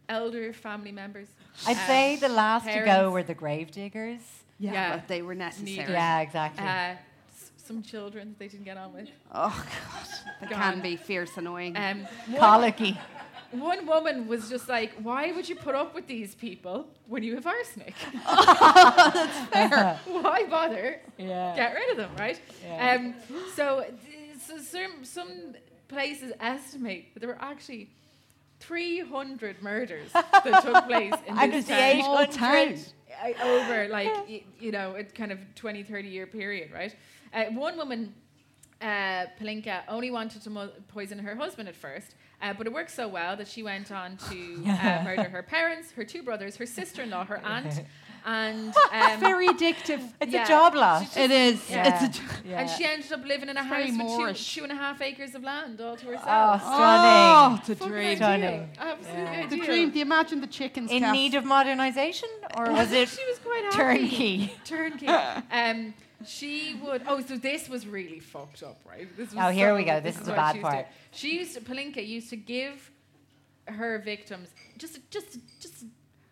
B: elder family members.
C: I'd
B: um,
C: say the last to go
B: parents.
C: were the gravediggers.
A: Yeah,
B: Yeah.
A: but they were necessary.
B: Needed.
C: Yeah, exactly.
B: Uh, s- some children that they didn't get on with.
A: Oh god, that
B: God.
A: can be fierce annoying.
B: Um, one,
C: Colicky.
B: one woman was just like, "Why would you put up with these people when you have
C: *laughs*
B: arsenic? Why bother?
C: Yeah.
B: get rid of them, right?
C: Yeah.
B: Um, so, th- so some, some places estimate that there were actually 300 murders that took place in
C: *laughs* Out
B: this
C: of the
B: town.
C: 800.
B: I- over like y- you know a kind of 20 30 year period right uh, one woman uh, Palinka only wanted to mo- poison her husband at first uh, but it worked so well that she went on to uh, murder her parents her two brothers her sister-in-law her aunt and um,
A: Very addictive.
C: It's
B: yeah,
C: a job
B: she
C: lot.
B: just-
A: it is.
C: Yeah.
A: It's a
C: Yeah.
B: and she ended up living in a
A: very
B: house with
A: Moorish.
B: two, two and a half acres of land all to
C: Oh,
B: herself.
C: stunning.
A: Oh, it's a
B: Fucking
A: dream.
B: ideal.
C: Stunning.
B: Absolutely
A: It's a
B: ideal. *laughs*
A: dream. Do you imagine the chickens?
C: In
A: Kath?
C: need of modernization? Or was it
B: she was quite happy.
C: turnkey?
B: Turnkey. Um, she would. Oh, so this was really fucked up, right? This was
C: Oh, here we
B: so-
C: go. This is the bad
B: what she used to-
C: part.
B: She used to, Palinka used to give her victims just, just, just a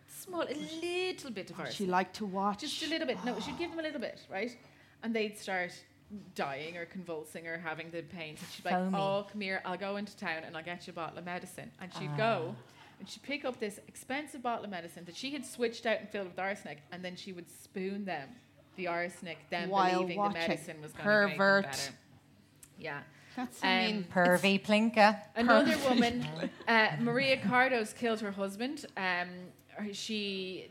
B: small, a little bit
C: Oh,
B: of her.
A: She liked to watch.
B: just a little bit. No, she'd give them a little bit, right? And they'd start dying or convulsing or having the pains. And she'd be like,
C: Foamy.
B: "Oh, come here! I'll go into town and I'll get you a bottle of medicine." And she'd go
A: Ah.
B: and she'd pick up this expensive bottle of medicine that she had switched out and filled with arsenic, and then she would spoon them the arsenic, then
A: While
B: believing
A: watching.
B: the medicine was going to make them
A: Pervert.
B: better. Yeah.
A: That's I
B: Um,
A: mean,
C: Pervy Plinka.
B: Another
C: *laughs*
B: woman, uh, Maria Cardos, killed her husband. Um, her- she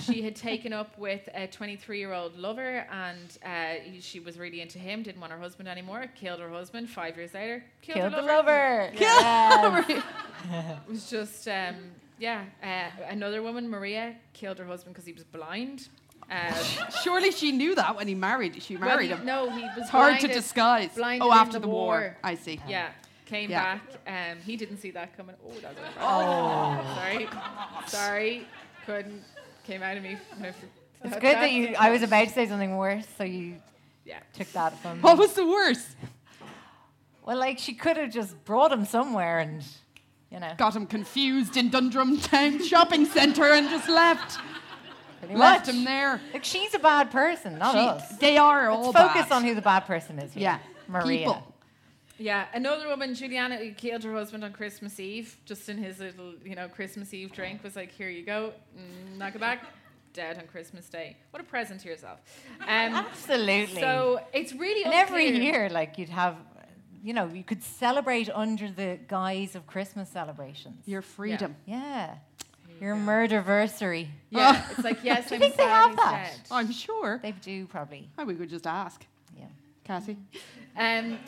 B: she had taken up with a 23 year old lover, and uh, he- she was really into him. Didn't want her husband anymore. Killed her husband five years later. Killed,
C: Kill
B: her
C: the
B: lover.
C: lover.
A: *laughs*
B: It was just um, yeah. Uh, another woman, Maria, killed her husband because he was blind. Uh,
A: surely she knew that when he married. She
B: well,
A: married
B: he-
A: him.
B: No, he was
A: It's hard to
B: blinded-
A: disguise.
B: blinded
A: Oh,
B: in
A: after the, war. I see.
B: Yeah. Came
A: Yeah.
B: back. Um, he didn't see that coming. Oh, that was oh. Sorry. Sorry. Couldn't. Came out of me.
C: It's good that you. I was about to say something worse, so you
B: Yeah.
C: took that from me.
A: What was the worst?
C: Well, like she could have just brought him somewhere and, you know,
A: Got him confused in Dundrum Town *laughs* shopping centre and just left.
C: pretty
A: Left
C: much.
A: him there.
C: Like she's a bad person, not us.
A: She- they are
C: Let's
A: all
C: focus
A: bad.
C: on who the bad person is. Here.
A: Yeah,
C: Maria.
A: people.
B: Yeah. Another woman, Juliana, who killed her husband on Christmas Eve, just in his little, you know, Christmas Eve drink, was like, here you go. Mm, knock it back. Dead on Christmas Day. What a present to yourself.
C: *laughs*
B: Um,
C: Absolutely.
B: so it's really
C: and every
B: unclear.
C: year, like you'd have, you know, you could celebrate under the guise of Christmas celebrations.
A: *laughs* Your freedom.
C: yeah. Your murderversary.
B: Yeah. It's like, yes,
C: Do you
B: I'm
C: think they
B: sad
C: have
B: he's
C: that?
B: dead.
A: *laughs* I'm sure.
C: They do probably.
A: Oh, we could just ask.
C: Yeah.
A: Cassie.
B: Um,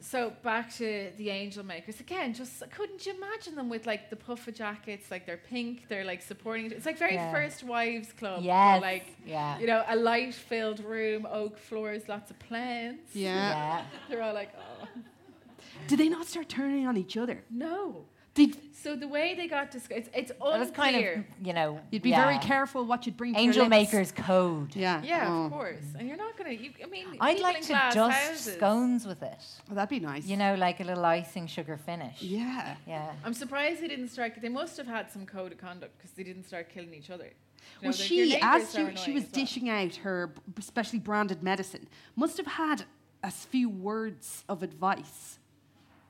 B: so back to the angel makers again. Just couldn't you imagine them with like the puffer jackets, like they're pink, they're like supporting. It's like very
C: Yeah.
B: first wives club. where,
C: Yes,
B: Like
C: yeah.
B: you know, a light filled room, oak floors, lots of plants.
A: *laughs* Yeah.
C: Yeah.
B: They're all like, oh
A: Do they not start turning on each other?
B: no.
A: They'd,
B: So the way they got discovered, it's, it's
C: That was
B: unclear.
C: kind of, you know.
A: you'd be
C: yeah.
A: very careful what you'd bring. to your
C: Angel
A: lips.
C: Maker's code.
A: Yeah.
B: yeah,
A: Oh.
B: of course. And you're not gonna. You, I mean,
C: Mm. I'd
B: people
C: like
B: in
C: to
B: glass
C: dust
B: houses,
C: scones with it.
A: Oh, that'd be nice.
C: You know, like a little icing sugar finish.
A: Yeah.
C: Yeah.
B: I'm surprised they didn't strike. They must have had some code of conduct because they didn't start killing each other. You know,
A: Well,
B: like, your
A: she,
B: neighbours
A: as
B: are
A: she, she
B: annoying
A: was
B: as well.
A: dishing out her b- especially branded medicine, must have had a few words of advice.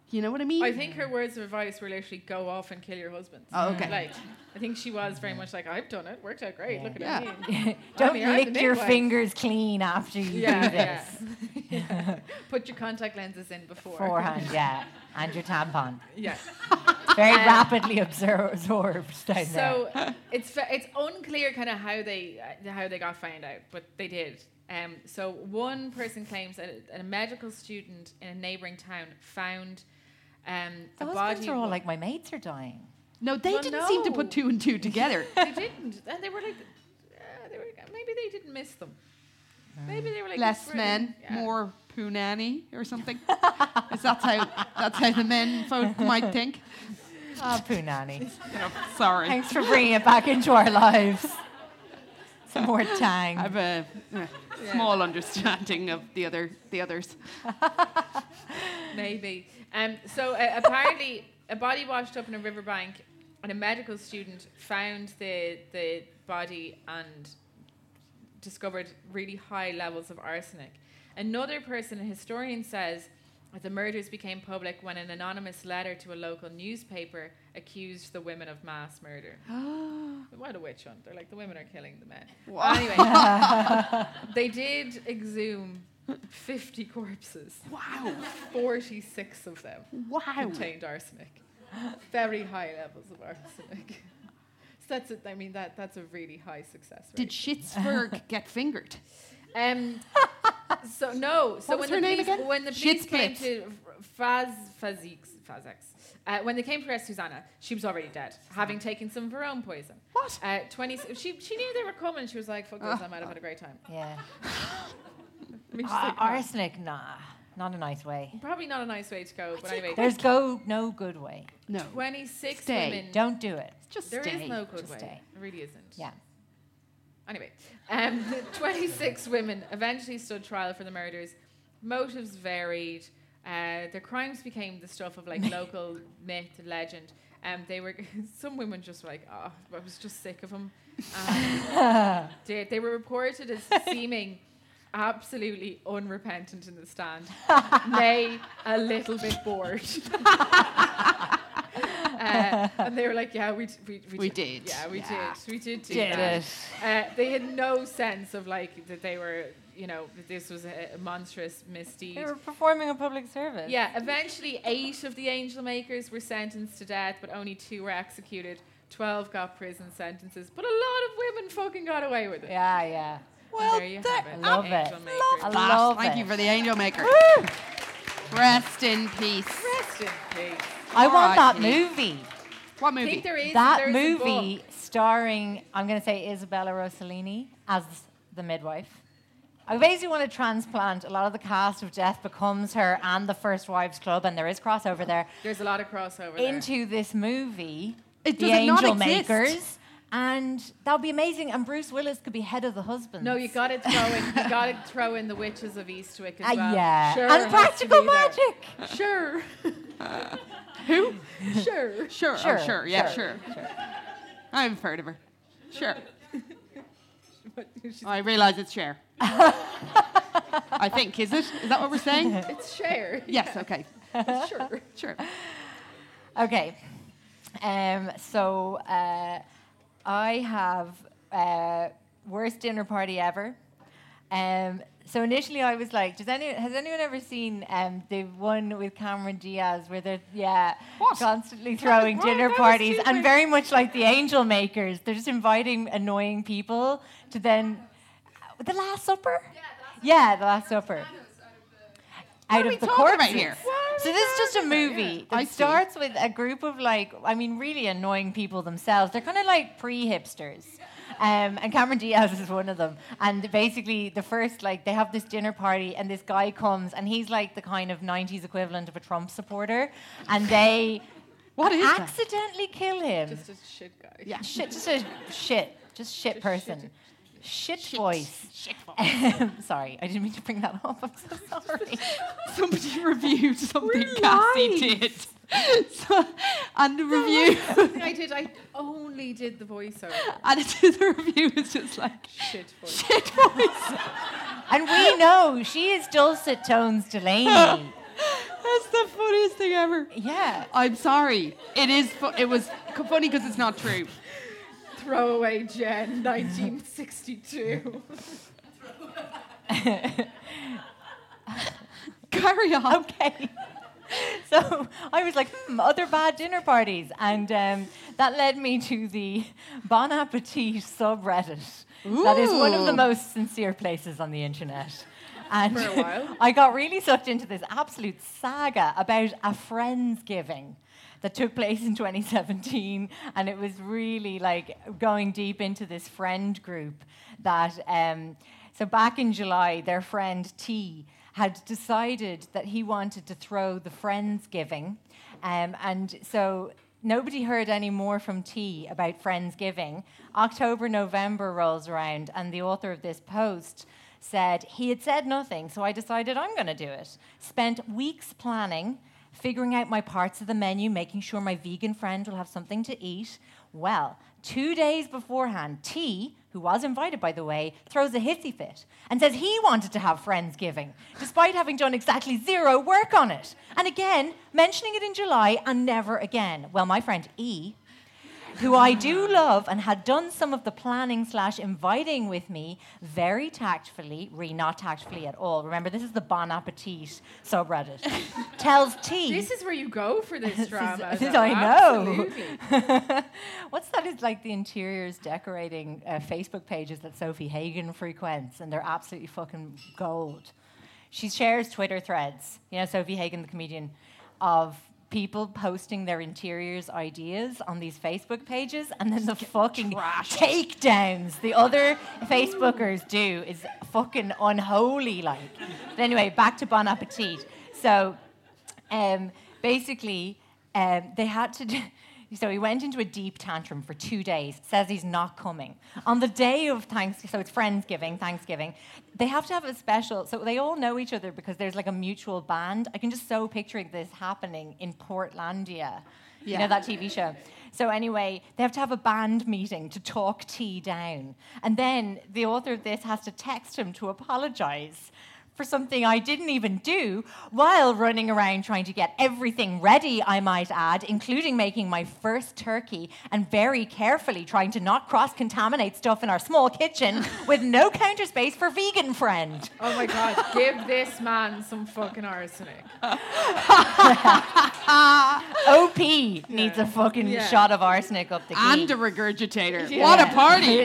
A: You know what I mean?
B: I think her words of advice were literally go off and kill your husband.
A: Oh, okay.
B: Like, I think she was very much like, I've done it, worked out great, look at
A: Yeah.
B: me.
C: Don't
B: Only I'm the
C: lick your
B: midwife.
C: fingers clean after you do
B: Yeah, yeah.
C: this *laughs*
B: Yeah. Put your contact lenses in before.
C: beforehand, yeah. And your tampon.
B: *laughs*
C: *laughs*
B: Yeah.
C: Very rapidly absor- absorbed down
B: So it's fa- it's unclear kind of how they uh, how they got found out, but they did. Um, so one person claims that a, a medical student in a neighboring town found um,
C: there.
B: a
C: The
B: body.
C: husbands are all like, my mates are dying.
A: no, they
B: Well,
A: didn't seem to put
B: no.
A: two and *laughs* two together.
B: they didn't, and they were like, uh, they were, maybe they didn't miss them. Maybe they were like
A: Less
B: really-
A: men,
B: yeah.
A: more punani or something. 'Cause that's how that's how the men folk might think.
C: Oh,
B: *laughs*
C: Poonani.
A: Sorry.
C: Thanks for bringing it back into our lives. Some
B: *laughs*
C: more tang.
A: I have a uh, small understanding of the other the others.
B: Maybe. Um, so uh, apparently, a body washed up in a riverbank, and a medical student found the the body and discovered really high levels of arsenic. Another person, a historian, says that the murders became public when an anonymous letter to a local newspaper accused the women of mass murder. what a witch hunt! They're like the women are killing the men. Anyway, they did exhume. 50 corpses.
A: Wow.
B: 46 of them
A: Wow.
B: contained arsenic. Very high levels of arsenic. So that's it. I mean that that's a really high success rate.
A: Did *laughs* Schittsburg get fingered?
B: um,
A: *laughs*
B: so no. So
A: What
B: when
A: was her
B: the
A: name
B: police,
A: again?
B: When the police
A: Shit's
B: came
A: Blitz.
B: to Faz Fazix Fazex, uh, when they came to arrest Susanna, she was already dead, having taken some of her own poison.
A: What?
B: Uh, Twenty. She she knew they were coming. She was like, "Fuck this! I might have had a great time." *laughs*
C: yeah.
B: I mean, she's
C: Uh,
B: like,
C: arsenic, nah. Not a nice way.
B: probably not a nice way to go, but anyway,
C: There's go no good way.
A: No.
B: 26
A: Stay.
B: women.
C: Don't do it.
A: Just
B: There is
A: stay.
B: no good
C: Just
B: way.
C: stay.
B: It really isn't.
C: Yeah.
B: Anyway, um, *laughs* 26 women eventually stood trial for the murders. Motives varied. Uh, their crimes became the stuff *laughs* of like local myth, legend. Um, they were *laughs* some women just were like, oh, I was just sick of them. *laughs* Um, they, they were reported as *laughs* seeming absolutely unrepentant in the stand, *laughs* nay, a little bit *laughs* bored. Uh, and they were like, yeah, we d- we, we,
A: We
B: did.
A: did.
B: yeah, we did, we did do
C: Did
B: that.
C: it.
B: Uh, they had no sense of like that they were, you know, that this was a, a monstrous misdeed.
C: They were performing a public service.
B: Yeah, eventually eight of the angel makers were sentenced to death, but only two were executed. Twelve got prison sentences, but a lot of women fucking got away with it.
C: Yeah, yeah.
B: Well, there you have it.
C: love it.
B: Angel
C: Love
B: makers.
C: I
A: That.
C: love
A: Thank
C: it.
A: you for the angel maker. Rest in peace.
B: Rest in peace.
C: I want
A: Alright,
C: that
A: you need-
C: movie.
A: What
B: I
A: movie?
B: think there is
C: That
B: there is a book.
C: movie starring, I'm going to say Isabella Rossellini as the midwife. I basically want to transplant a lot of the cast of Death Becomes Her and the First Wives Club, and there is crossover there,
B: There's a lot of crossover. there.
C: into this movie,
A: It-
C: The
A: does it not
C: Angel
A: exist?
C: Makers. And that would be amazing. And Bruce Willis could be head of the husband.
B: No, you got to throw in. You got to throw in the witches of Eastwick as
C: Uh,
B: well.
C: yeah.
B: Sure has
C: and
B: to
C: practical
B: be there.
C: magic. *laughs*
B: Sure. *laughs*
A: Who?
B: Sure.
A: Sure.
C: Sure,
A: oh, sure. Yeah,
C: sure,
A: sure. I've heard of her. Sure. Oh, I realise it's Cher. I think, is it? Is that what we're saying?
B: It's share.
A: Yes, okay.
B: Sure.
A: Sure.
C: Okay. Um, so uh, I have uh, worst dinner party ever. Um, so initially I was like, does any has anyone ever seen um, the one with Cameron Diaz where they're yeah
A: What?
C: constantly throwing
B: why-
C: dinner
B: that was
C: parties and
B: stupid.
C: very much like the angel makers, they're just inviting annoying people to then the Last Supper. Yeah, the Last Supper. Out
A: are
C: of
A: we
C: the
A: talking
C: corpses.
A: about here?
C: So this is just a movie.
A: I
C: It
A: see.
C: starts with a group of like, I mean, really annoying people themselves. They're kind of like pre-hipsters. Um, and Cameron Diaz *laughs* is one of them. And basically, the first, like, they have this dinner party, and this guy comes, and he's like the kind of 90s equivalent of a Trump supporter. And they
A: *laughs* What is that?
C: accidentally kill him.
B: Just a shit guy.
A: Yeah.
C: shit, just a shit, just shit person, shit, voice. Shit *laughs* sorry, I didn't mean to bring that up. I'm
A: *laughs*
C: so sorry.
A: Somebody *laughs* reviewed something Cassie did. so, and the review
B: *laughs*
A: *laughs*
B: I did. I only did the
C: *laughs*
B: voiceover.
A: added to the review was just like
B: Shit voice.
A: shit voice.
C: And
B: *gasps*
C: we know she is Dulcet Tones Delaney.
A: *laughs* That's the funniest thing ever.
C: Yeah.
A: I'm sorry. It is. Fu- it was c- funny because it's not true.
B: Throwaway Jen, 1962.
A: Carry on.
C: okay. *laughs* So I was like, hmm, other bad dinner parties. And um, that led me to the Bon Appetit subreddit. That is one of the
A: Ooh.
C: most sincere places on the internet. And
B: For a while.
C: *laughs* I got really sucked into this absolute saga about a Friendsgiving that took place in *laughs* 2017. And it was really like going deep into this friend group that, um, so back in July, their friend T had decided that he wanted to throw the Friendsgiving. Um, and so nobody heard any more from T about Friendsgiving. October, November rolls around, and the author of this post said he had said nothing, so I decided I'm going to do it. Spent weeks planning, figuring out my parts of the menu, making sure my vegan friend will have something to eat. Well, two days beforehand, T, who was invited by the way, throws a hissy fit and says he wanted to have Friendsgiving, despite having done exactly zero work on it. And again, mentioning it in July and never again. Well, my friend E, who I do love and had done some of the planning slash inviting with me very tactfully, re not tactfully at all. Remember, this is the Bon Appetit subreddit. tells T.
B: This is where you go for this drama.
C: this is-
B: though,
C: I know.
B: absolutely.
C: *laughs* What's that? It's like the interiors decorating uh, Facebook pages that Sophie Hagen frequents, and they're absolutely fucking gold. She shares Twitter threads, you know, Sophie Hagen, the comedian, of people posting their interiors ideas on these Facebook pages, and then the fucking takedowns the other Facebookers do is fucking unholy. Like, but anyway, back to Bon Appetit. So um, basically, um, they had to. Do, *laughs* so he went into a deep tantrum for two days. Says he's not coming on the day of Thanksgiving. So it's Friendsgiving, Thanksgiving. They have to have a special. So they all know each other because there's like a mutual band. I can just so picturing this happening in Portlandia. You know
A: Yeah.
C: that TV show. So anyway, they have to have a band meeting to talk tea down, and then the author of this has to text him to apologize for something I didn't even do while running around trying to get everything ready, I might add, including making my first turkey and very carefully trying to not cross contaminate stuff in our small kitchen with no counter space for vegan friend.
B: Oh my god, give this man some fucking arsenic.
C: OP needs a fucking
B: Yeah.
C: shot of arsenic up the
A: And
C: key.
A: a regurgitator. What a
C: Yeah.
A: party!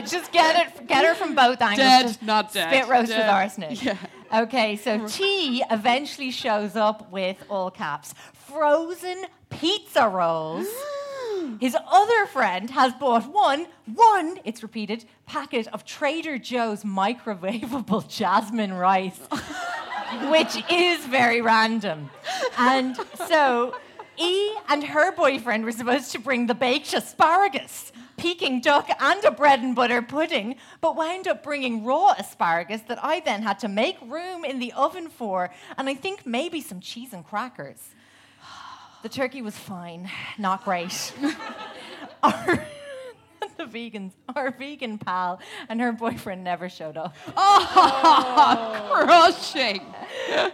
C: *laughs* Just get it, get her from both angles.
A: Dead,
C: Just
A: not dead.
C: Spit roast with
A: Dead. *laughs*
C: arsenic. Okay, so T eventually shows up with all caps frozen pizza
A: *gasps*
C: rolls. His other friend has bought one, one, it's repeated, packet of Trader Joe's microwavable *laughs* jasmine
A: *laughs*
C: rice, which is very random. And so E and her boyfriend were supposed to bring the baked asparagus, Peking duck, and a bread and butter pudding, but wound up bringing raw asparagus that I then had to make room in the oven for, and I think maybe some cheese and crackers. The turkey was fine, not great. *laughs* Our- *laughs* the vegans, our vegan pal, and her boyfriend never showed up.
A: Crushing.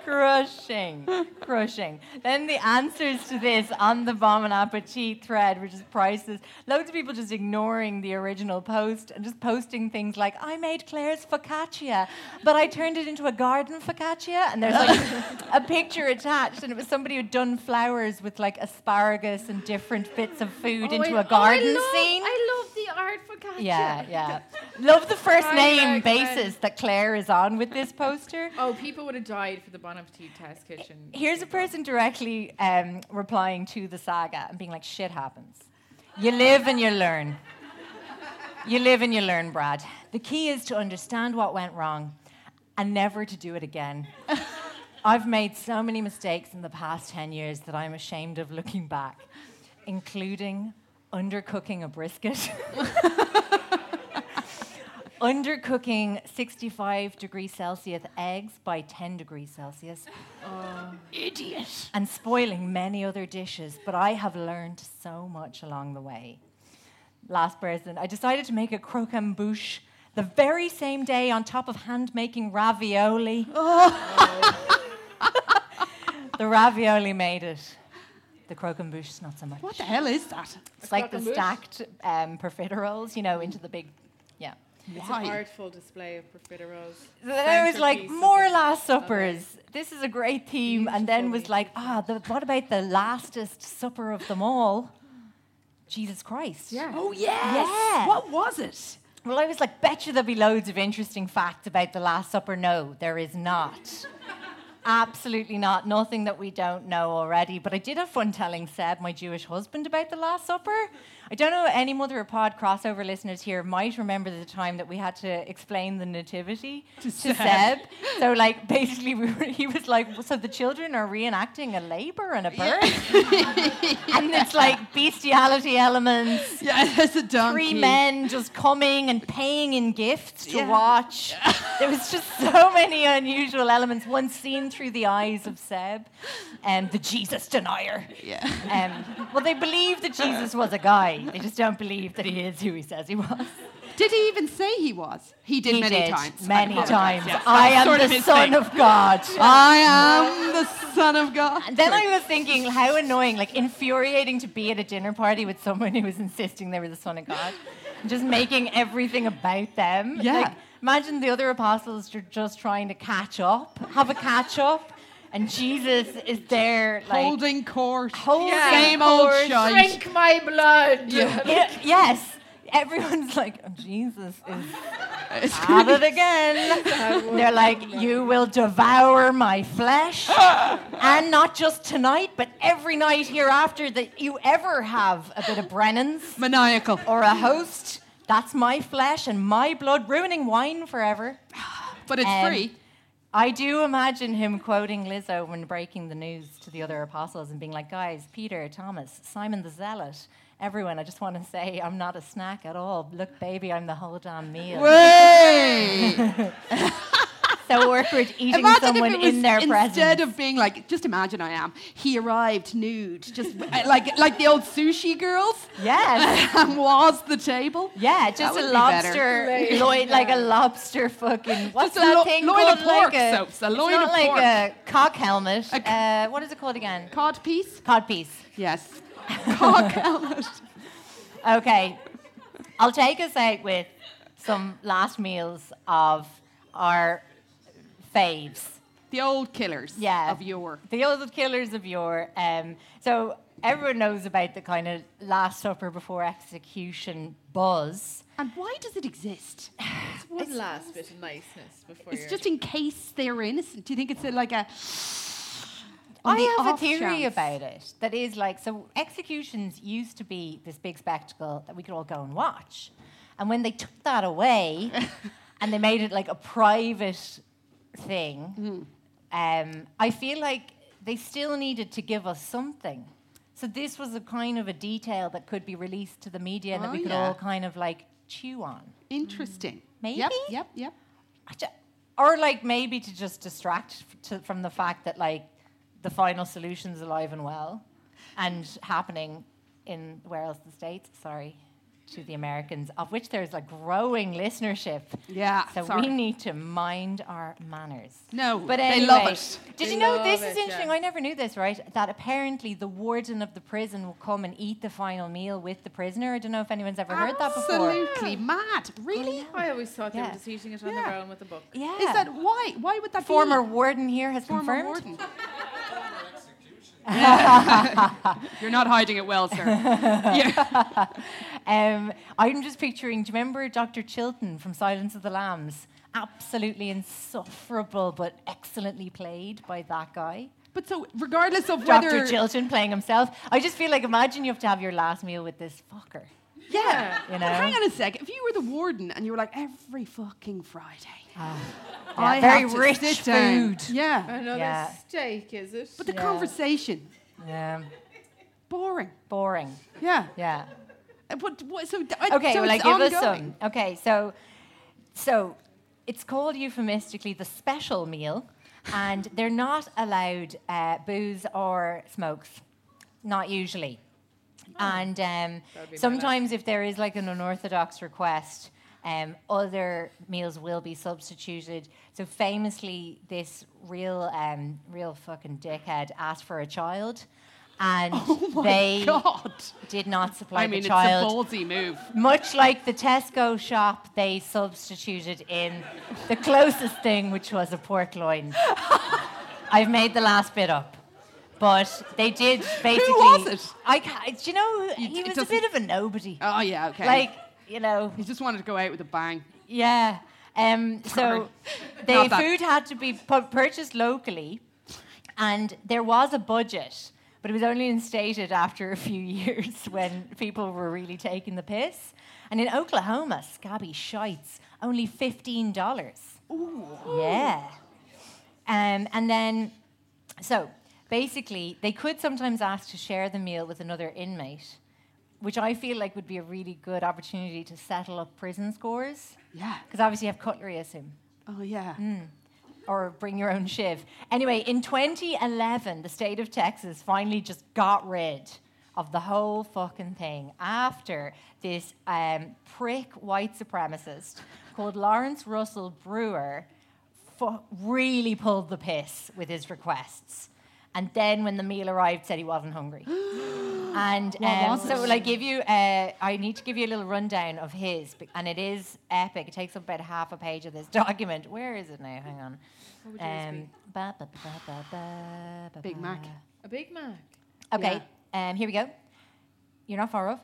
C: crushing, crushing. Then the answers to this on the Bomb and Appetit thread, which is priceless. Loads of people just ignoring the original post and just posting things like, I made Claire's focaccia, but I turned it into a garden focaccia. And there's like a picture attached, and it was somebody who'd done flowers with like asparagus and different bits of food into
B: I-
C: a garden
B: oh, I love,
C: scene.
B: I love the art for Katja.
C: yeah, yeah. Love the first
B: I
C: name
B: like that.
C: basis that Claire is on with this poster.
B: Oh, people would have died for the Bon Appetit test kitchen.
C: Here's a person directly um, replying to the saga and being like, shit happens. You live and you learn. You live and you learn, Brad. The key is to understand what went wrong and never to do it again. *laughs* I've made so many mistakes in the past 10 years that I'm ashamed of looking back. including undercooking a brisket, *laughs* undercooking 65 degrees Celsius eggs by 10 degrees Celsius,
A: Idiot.
C: and spoiling many other dishes. But I have learned so much along the way. Last person, I decided to make a croquembouche the very same day on top of hand making ravioli.
A: Oh.
C: *laughs* the ravioli made it. The croquembouche, not so much.
A: What the hell is that?
C: It's like the stacked um, profiteroles, you know, into the big, yeah.
B: It's
A: Why?
B: an artful display of profiteroles.
C: So then I was like,
B: Centerpiece of
C: more
B: the-
C: Last Suppers. This is a great theme. And then was like, ah, the, what about the lastest supper of them all? Jesus Christ. Yeah.
A: Oh, yes.
C: Yeah.
A: What was it?
C: Well, I was like, bet you there'll be loads of interesting facts about the Last Supper. No, there is not. *laughs* Absolutely not. Nothing that we don't know already. But I did have fun telling Seb, my Jewish husband, about the Last Supper. I don't know if any Mother of Pod crossover listeners here might remember the time that we had to explain the nativity *laughs* to, Seb. So, like, basically, we were, he was like, so the children are reenacting a labor and a birth. *laughs* and it's like bestiality elements
A: Yeah, *laughs* there's a donkey.
C: three men just coming and paying in gifts to
A: Yeah.
C: watch. *laughs* there was just so many unusual elements. One seen through the eyes of Seb, um, the Jesus denier.
A: Yeah.
C: Um, well, they believe that Jesus was a guy. They just don't believe that he is who he says he was.
A: Did he even say he was? He did
C: he
A: many
C: did,
A: times. I
C: Many
A: apologize.
C: times. I am
D: sort of
C: the
D: his
C: Son
D: thing.
C: of God.
A: *laughs* I am the son of God.
C: And *laughs* then I was thinking, how annoying, like infuriating to be at a dinner party with someone who was insisting they were the Son of God, and just making everything about them.
A: Yeah.
C: Like, imagine the other apostles are just trying to catch up, have a catch up, and Jesus is there, like
A: holding court.
C: holding
A: Same old
C: court.
A: shite.
B: Drink my blood.
C: *laughs* Yeah, yes. Everyone's *laughs* like, "Oh, Jesus is at it again. They're like, you will devour my flesh. and not just tonight, but every night hereafter that you ever have a bit of Brennan's
A: Maniacal.
C: or a host. That's my flesh and my blood, ruining wine forever.
A: But it's
C: Um, *laughs*
A: free.
C: I do imagine him quoting Lizzo when breaking the news to the other apostles and being like, guys, Peter, Thomas, Simon the Zealot, everyone, I just want to say I'm not a snack at all. Look, baby, I'm the whole damn meal.
A: Hey!
C: So
A: *laughs*
C: awkward eating
A: Imagine
C: someone
A: if it was
C: in their
A: instead
C: presence.
A: of being like, just imagine I am. He arrived nude, just *laughs* uh, like like the old sushi girls.
C: Yes.
A: *laughs* and was the table.
C: yeah,
A: That
C: just
A: would
C: a
A: be better. *laughs*
C: lobster, loin, like a lobster fucking. What's
A: Just a
C: that
A: lo-
C: thing
A: loin of
C: called?
A: pork,
C: like a,
A: Soaps, a
C: it's
A: loin
C: not
A: of
C: like
A: pork.
C: a cock helmet.
A: A c-
C: uh, what is it cod again?
A: Cod piece?
C: Codpiece.
A: Yes.
C: *laughs*
A: *laughs* Cod helmet.
C: Okay. I'll take us out with some last meals of our faves.
A: The old killers
C: Yeah.
A: of yore.
C: The old killers of yore. Um, so everyone knows about the kind of Last Supper before execution buzz.
A: And why does it exist?
B: It's one last bit of niceness before
A: It's
B: you're-
A: just in case they're innocent. Do you think it's a, like a. on
C: I
A: the
C: have a
A: off
C: theory
A: chance?
C: about it that is like so executions used to be this big spectacle that we could all go and watch. And when they took that
A: *laughs*
C: away and they made it like a private thing,
A: Mm-hmm.
C: um, I feel like they still needed to give us something. So this was a kind of a detail that could be released to the media and that
A: Oh,
C: we could
A: yeah.
C: all kind of like chew on.
A: Interesting.
C: Mm. Maybe?
A: Yep, yep, yep.
C: I ju- or like maybe to just distract f- to, from the fact that like the final solution's alive and well and happening in where else the states sorry to the americans of which there's a growing listenership
A: Yeah,
C: so
A: sorry.
C: we need to mind our manners
A: No,
C: but
A: they
C: anyway,
A: love it.
C: did
B: They
C: you know
B: love
C: this
B: it,
C: is interesting
B: yeah.
C: i never knew this right that apparently the warden of the prison will come and eat the final meal with the prisoner i don't know if anyone's ever heard that before
A: Absolutely mad. Really?
B: I always thought they
C: Yeah.
B: were just eating it on
A: Yeah.
B: their own with a book.
C: Oh, yeah
A: Is that why? Why would that
C: former
A: be?
C: warden here has confirmed
A: warden. You're not hiding it well, sir. Yeah.
C: *laughs* Um, I'm just picturing, do you remember Dr. Chilton from Silence of the Lambs? Absolutely insufferable, but excellently played by that guy.
A: But so, regardless of whether
C: Dr. Chilton playing himself. I just feel like, imagine you have to have your last meal with this fucker.
A: Yeah.
C: You
A: But
C: know?
A: hang on a sec. If you were the warden and you were like every fucking Friday,
C: Ah. Yeah,
A: have
C: very
A: to
C: rich
A: sit down."
C: food.
A: Yeah.
B: Another
C: Yeah.
B: steak, is it?
A: But the conversation.
C: Yeah.
A: boring.
C: Boring.
A: Yeah.
C: Yeah.
A: Uh, But what, so d- *laughs* I-
C: Okay,
A: so
C: well, I
A: it's
C: give us
A: ongoing.
C: some. Okay, so so it's called euphemistically the special meal, and they're not allowed uh, booze or smokes, not usually.
A: Oh.
C: And um, sometimes, if there is like an unorthodox request, um, other meals will be substituted. So famously, this real, um, real fucking dickhead asked for a child,
A: *laughs*
C: and they
A: Oh God.
C: did not supply
A: I mean,
C: the
A: it's a
C: child
A: ballsy move.
C: much like the Tesco shop, they substituted in the closest thing, which was a pork loin. *laughs* I've made the last bit up. But they did basically.
A: was it?
C: I can't, do you know, he
A: it
C: was a
A: doesn't-
C: bit of a nobody.
A: Oh, yeah, okay.
C: Like, you know,
A: he just wanted to go out with a bang.
C: yeah. Um, *laughs*
A: Sorry.
C: so the
A: Not that-
C: food had to be pu- purchased locally, and there was a budget, but it was only instated after a few *laughs* years when people were really taking the piss. And in Oklahoma, scabby shites only fifteen dollars. Ooh. Yeah. Um, and then, so basically, they could sometimes ask to share the meal with another inmate, which I feel like would be a really good opportunity to settle up prison scores.
A: Yeah.
C: Because obviously you have cutlery, I assume,
A: Oh, yeah.
C: or bring your own shiv. Anyway, in 2011, the state of Texas finally just got rid of the whole fucking thing after this um, prick white supremacist called Lawrence Russell Brewer fu- really pulled the piss with his requests. And then when the meal arrived, said he wasn't hungry. *gasps* And um, so, will I give you? Uh, I need to give you a little rundown of his, be- and it is epic. It takes up about half a page of this *laughs* document. Where is it now? Hang on. Um, ba, ba, ba, ba, ba, ba,
A: Big
C: ba.
A: Mac.
B: A Big Mac.
C: Okay. Um, here we go. You're not far off.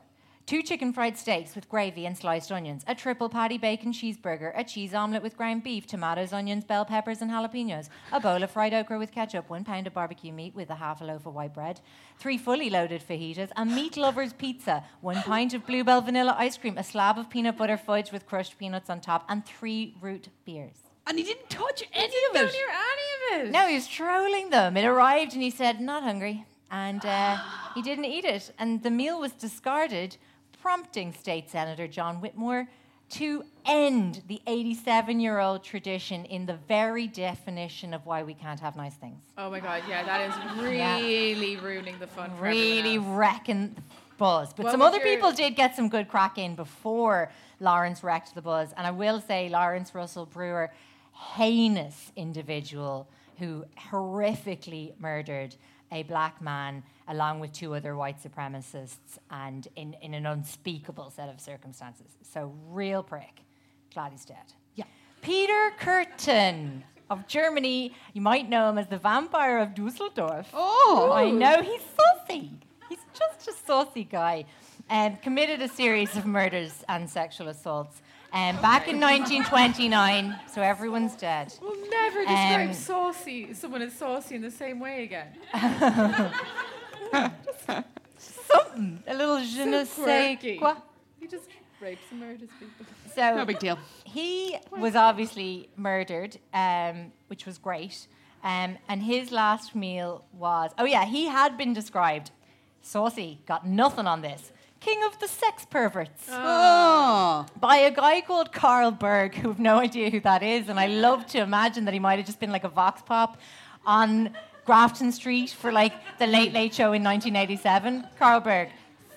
C: Two chicken fried steaks with gravy and sliced onions, a triple patty bacon cheeseburger, a cheese omelette with ground beef, tomatoes, onions, bell peppers, and jalapenos, a bowl of fried okra with ketchup, one pound of barbecue meat with a half a loaf of white bread, three fully loaded fajitas, a meat lover's pizza, one pint of bluebell vanilla ice cream, a slab of peanut butter fudge with crushed peanuts on top, and three root beers.
A: And he didn't touch any of
B: Don't
A: it.
B: hear any of it.
C: No, he was trolling them. It arrived and he said, not hungry. And uh, he didn't eat it. And the meal was discarded, prompting State Senator John Whitmore to end the 87 year old tradition in the very definition of why we can't have nice things.
B: Oh my god, yeah, that is really ruining the fun. For everyone
C: Really
B: else.
C: wrecking the buzz. But
B: What
C: some
B: was
C: other
B: your-
C: people did get some good crack in before Lawrence wrecked the buzz. And I will say, Lawrence Russell Brewer, heinous individual who horrifically murdered a black man along with two other white supremacists and in, in an unspeakable set of circumstances. So, real prick. Glad he's dead. Yeah. Peter Curtin of Germany. You might know him as the vampire of Dusseldorf. Oh, I know. He's saucy. He's just a saucy guy. Um, committed a series of murders and sexual assaults. Um, back in 1929, so everyone's dead.
B: We'll never describe
C: Um,
B: saucy someone as saucy in the same way again.
C: Something, a little je ne sais
B: Quirky.
C: quoi.
B: He just rapes and murders people.
C: So
A: No big deal.
C: He was obviously murdered, um, which was great. Um, and his last meal was oh yeah, he had been described saucy. Got nothing on this. King of the sex perverts
A: Oh.
C: by a guy called Carl Berg, who have no idea who that is, and I love to imagine that he might have just been like a vox pop on Grafton Street for like the Late Late Show in 1987. Carl Berg,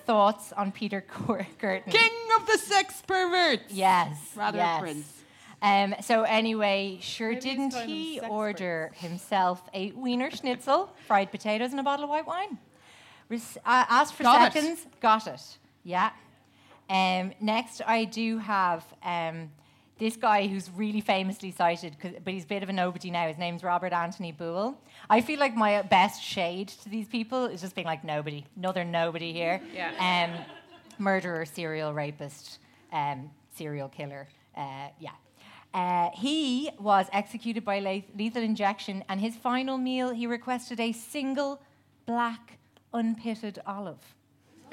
C: thoughts on Peter Cur- Curtin?
A: King of the sex perverts.
C: Yes.
A: Rather a
C: yes.
A: prince.
C: Um, so anyway, sure
B: Maybe he's
C: didn't
B: calling them
C: he
B: sex
C: order himself a wiener schnitzel, fried potatoes, and a bottle of white wine? Rec- uh, asked for
A: Got it.
C: seconds, got it. Yeah. Um, next, I do have um, this guy who's really famously cited, 'cause- but he's a bit of a nobody now. His name's Robert Anthony Boole. I feel like my best shade to these people is just being like nobody, another nobody here.
B: Yeah.
C: Um, murderer, serial rapist, um, serial killer. Uh, yeah. Uh, he was executed by le- lethal injection, and his final meal, he requested a single black, unpitted olive.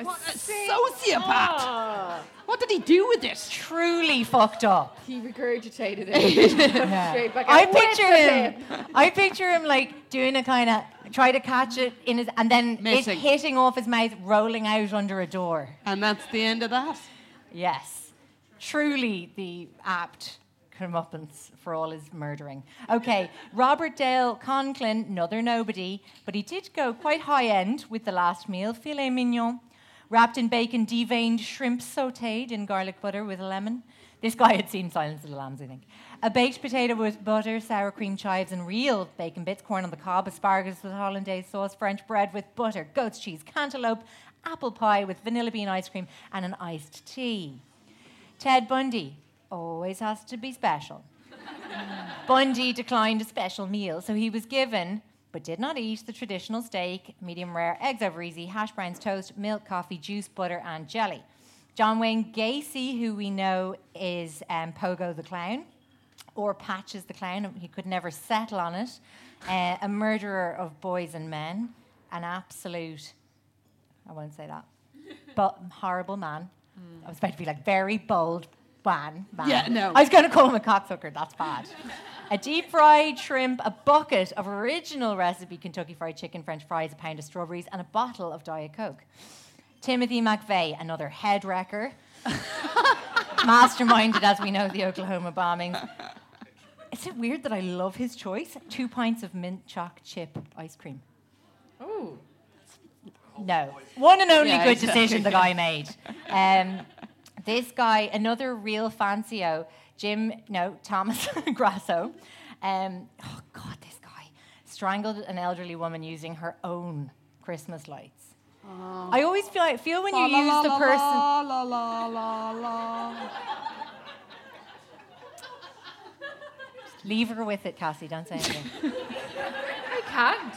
A: What a sociopath! What did he do with it?
C: Truly fucked up.
D: He regurgitated it
C: Yeah.
D: straight back.
C: I
D: out. What's
C: picture
D: the
C: him.
D: name?
C: *laughs* I picture him like doing a kind of try to catch it in his and then it
A: Missing.
C: hitting off his mouth, rolling out under a door.
A: And that's the end of that.
C: Yes, truly the apt comeuppance for all his murdering. Okay, *laughs* Robert Dale Conklin, another nobody, but he did go quite high end with the last meal, filet mignon, wrapped in bacon, deveined shrimp sautéed in garlic butter with a lemon. This guy had seen Silence of the Lambs, I think. A baked potato with butter, sour cream, chives, and real bacon bits, corn on the cob, asparagus with hollandaise sauce, French bread with butter, goat's cheese, cantaloupe, apple pie with vanilla bean ice cream, and an iced tea. Ted Bundy always has to be special. Bundy declined a special meal, so he was given, but did not eat, the traditional steak, medium rare, eggs over easy, hash browns, toast, milk, coffee, juice, butter, and jelly. John Wayne Gacy, who we know is um, Pogo the Clown, or Patches the Clown, he could never settle on it, uh, a murderer of boys and men, an absolute, I won't say that, but horrible man. I was about to be like, very bold man. man.
A: Yeah, no.
C: I was going to call him a cocksucker, that's bad. a deep fried shrimp, a bucket of original recipe Kentucky Fried Chicken, French fries, a pound of strawberries, and a bottle of Diet Coke. Timothy McVeigh, another head wrecker, *laughs* masterminded as we know the Oklahoma bombings. Is it weird that I love his choice? Two pints of mint choc chip ice cream.
D: Oh,
C: No. One and only
A: Yeah,
C: good
A: exactly,
C: decision the guy made. Um, this guy, another real fancio, Jim, no, Thomas *laughs* Grasso. Um, oh, God, this guy strangled an elderly woman using her own Christmas lights. I always feel, I feel when you
A: Oh. La,
C: use
A: la,
C: the
A: la,
C: person.
A: La, la, la, la, la.
C: Leave her with it, Cassie, don't say anything.
D: I can't.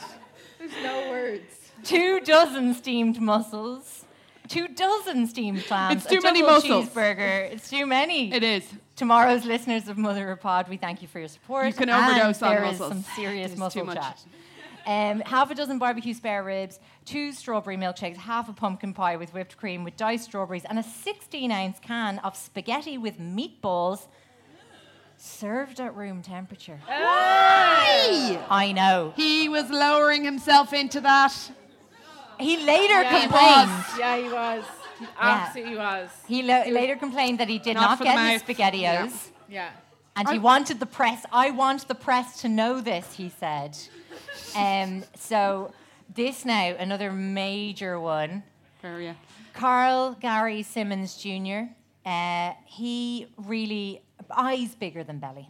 D: There's no words.
C: two dozen steamed mussels, two dozen steamed clams.
A: It's too
C: a
A: many
C: double
A: mussels.
C: Cheeseburger. It's too many.
A: It is.
C: Tomorrow's listeners of Mother of Pod, we thank you for your support.
A: You can
C: And
A: overdose on
C: there is
A: mussels.
C: some serious
A: It is
C: mussel
A: too much.
C: chat. Um, half a dozen barbecue spare ribs, two strawberry milkshakes, half a pumpkin pie with whipped cream with diced strawberries, and a 16 ounce can of spaghetti with meatballs served at room temperature.
A: Oh. Hey!
C: I know.
A: He was lowering himself into that.
C: He later
D: Yeah, he
C: complained.
D: was. *laughs* Yeah, he was. He absolutely was.
C: He lo- later complained that he did
A: Not
C: not,
A: for the
C: get his
A: mouth.
C: SpaghettiOs,
D: Yeah.
C: and he wanted the press. I want the press to know this, he
A: *laughs*
C: said. um, so this now another major one.
A: Where are you?
C: Carl Gary Simmons Jr. Uh, he really eyes bigger than belly.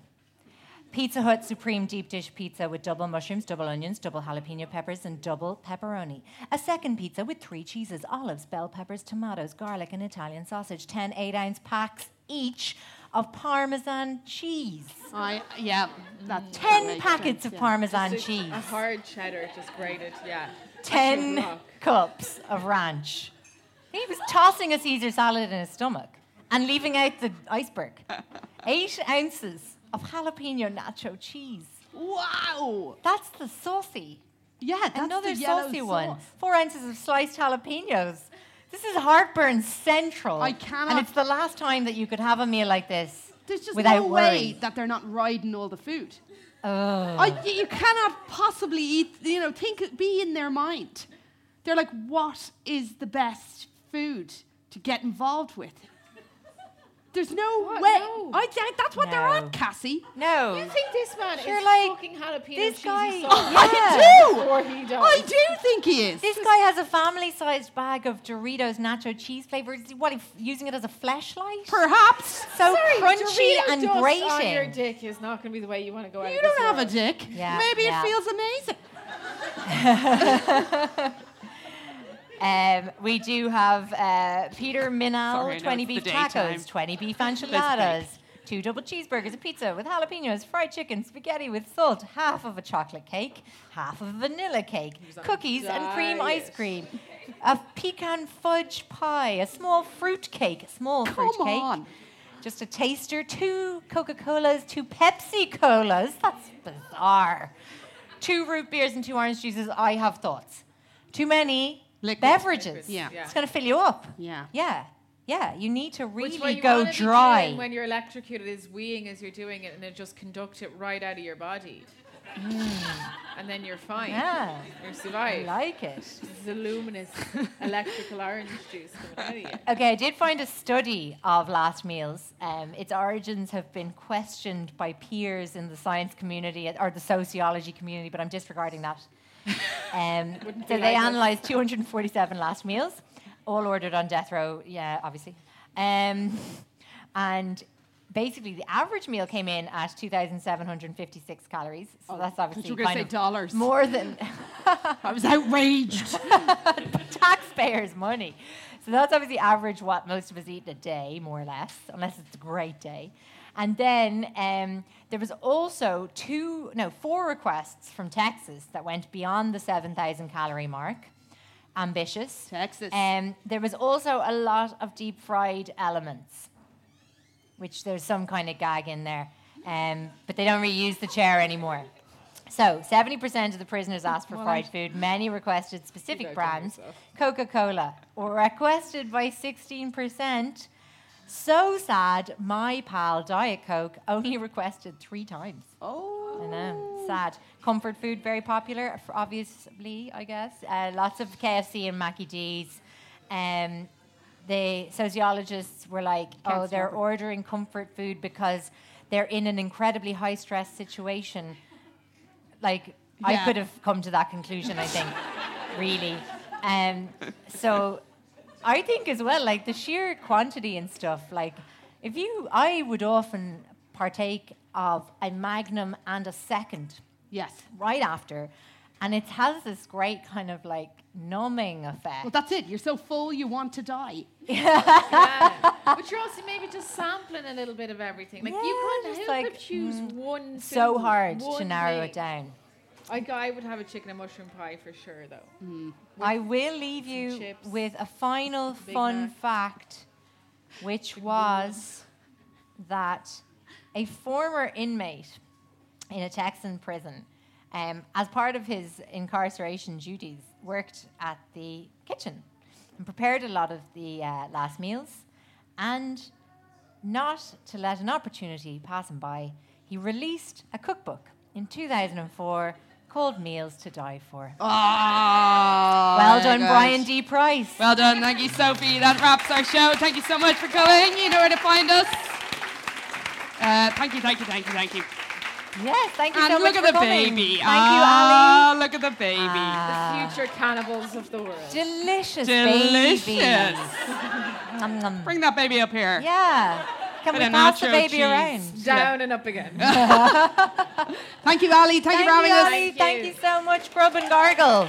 C: Pizza Hut Supreme Deep Dish Pizza with double mushrooms, double onions, double jalapeno peppers, and double pepperoni. A second pizza with three cheeses, olives, bell peppers, tomatoes, garlic, and Italian sausage. 10 8 ounce packs each of Parmesan cheese.
A: I, yeah. That,
C: 10 packets of Parmesan cheese.
D: A hard cheddar, just grated. Yeah.
C: 10
D: block.
C: cups of ranch. He was tossing a Caesar salad in his stomach and leaving out the
A: *laughs*
C: iceberg. Eight ounces of jalapeno nacho cheese.
A: Wow.
C: That's the saucy.
A: Yeah, that's
C: Another
A: the yellow
C: saucy
A: sauce.
C: one. Four ounces of sliced jalapenos. This is heartburn central.
A: I cannot-
C: And it's the last time that you could have a meal like this
A: There's just
C: without
A: no
C: worry.
A: way that they're not riding all the food. I, y- you cannot possibly eat, you know, think, be in their mind. They're like, what is the best food to get involved with? There's no
D: What?
A: way.
D: No.
A: I, I- that's what they're
C: No.
A: at, Cassie.
C: No.
D: You think this man
C: Sure,
D: is
C: like,
D: fucking jalapeno
C: this
D: cheesy
C: guy-
D: sauce?
C: Yeah.
A: I do.
D: Or he does.
A: I do think he is.
C: This guy has a family-sized bag of Doritos nacho cheese flavor. Is he, what, he f- using it as a flashlight?
A: Perhaps.
C: so
D: Sorry,
C: crunchy
D: Dorito
C: and
D: dust on your
C: grating.
D: dick is not going to be the way you want to go out.
A: You
D: of
A: don't
D: this
A: have a
D: world.
A: dick.
C: Yeah,
A: Maybe
C: yeah.
A: it feels amazing.
C: Um, we do have uh, Peter Minal,
A: Sorry, I know
C: 20
A: it's the
C: beef
A: daytime.
C: tacos, 20 beef enchiladas, two double cheeseburgers, a pizza with jalapenos, fried chicken, spaghetti with salt, half of a chocolate cake, half of a vanilla cake, cookies and cream ice
D: diet.
C: cream, a pecan fudge pie, a small fruit cake, a small fruit
A: Come
C: cake.
A: on.
C: Just a taster, two Coca Colas, two Pepsi Colas. That's bizarre. Two root beers and two orange juices. I have thoughts. Too many
A: Liquid.
C: Beverages.
A: Yeah.
C: It's going to fill you up.
A: Yeah.
C: Yeah. Yeah. You need to
B: Which
C: really
B: what you
C: go
B: wanna be doing
C: dry.
B: When you're electrocuted, is weeing as you're doing it, and it just conduct it right out of your body, and then you're fine.
C: Mm. Yeah.
B: you're
C: I
B: survived.
C: like it.
B: This is
C: *laughs*
B: a luminous electrical orange juice coming out of you.
C: Okay, I did find a study of last meals. Um, its origins have been questioned by peers in the science community or the sociology community, but I'm disregarding
A: *laughs*
C: that. Um, so they analysed 247 last meals, all ordered on death row, yeah, obviously. Um, and basically, the average meal came in at 2,756 calories. So that's obviously
A: Oh, you were gonna
C: kind
A: say
C: of
A: dollars.
C: more
A: *laughs*
C: than
A: I was outraged.
C: *laughs* taxpayers' money. So that's obviously average what most of us eat in a day, more or less, unless it's a great day. And then um, there was also two, no, four requests from Texas that went beyond the 7,000 calorie mark. Ambitious.
A: Texas.
C: Um, there was also a lot of deep fried elements, which there's some kind of gag in there, um, but they don't really use the chair anymore. So, 70% of the prisoners asked for fried food. Many requested specific brands, Coca Cola, or requested by 16%. So sad, my pal Diet Coke only requested three times.
A: oh.
C: I know, sad. Comfort food, very popular, f- obviously, I guess. Uh, lots of KFC and Mackie D's. Um, the sociologists were like, oh, they're ordering comfort food because they're in an incredibly high stress situation. Like, I
A: Yeah.
C: could have come to that conclusion, I think, really. Um, so I think as well, like the sheer quantity and stuff. Like, if you, I would often partake of a magnum and a second
A: Yes.
C: right after, and it has this great kind of like numbing effect.
A: Well, that's it. You're so full, you want to die.
B: Yeah. but you're also maybe just sampling a little bit of everything. Like
C: Yeah,
B: you couldn't
C: just
B: who
C: like, mm,
B: could choose one.
C: so
B: food,
C: hard to
B: one
C: narrow
B: thing?
C: it down.
B: I, g- I would have a chicken and mushroom pie for sure, though.
C: I will leave you
B: chips,
C: with a final
B: Big
C: fun
B: Mac.
C: fact, which was that a former inmate in a Texan prison, um, as part of his incarceration duties, worked at the kitchen and prepared a lot of the uh, last meals. And not to let an opportunity pass him by, he released a cookbook in 2004 called Meals to Die For.
A: Oh,
C: Well done, Brian D. Price.
A: Well done. Thank you, Sophie. That wraps our show. Thank you so much for coming. You know where to find us. Uh, thank you, thank you, thank you, thank you.
C: yes, thank you
A: and
C: so
A: look
C: much
A: at
C: for
A: the
C: coming.
A: baby.
C: Thank Ah.
A: ah, look at the baby.
B: The future cannibals of the world.
C: you, Ali. Delicious,
A: Delicious.
C: baby.
A: *laughs*
C: Nom, nom.
A: Bring that baby up here.
C: Yeah. Can
A: Bit
C: we
A: of
C: pass the
A: nacho
C: baby
A: cheese.
C: around?
B: Down and up again.
A: Thank you, Ali. Thank, you for having us.
C: Ali. Thank,
B: you.
C: you so much, Grub and Gargle.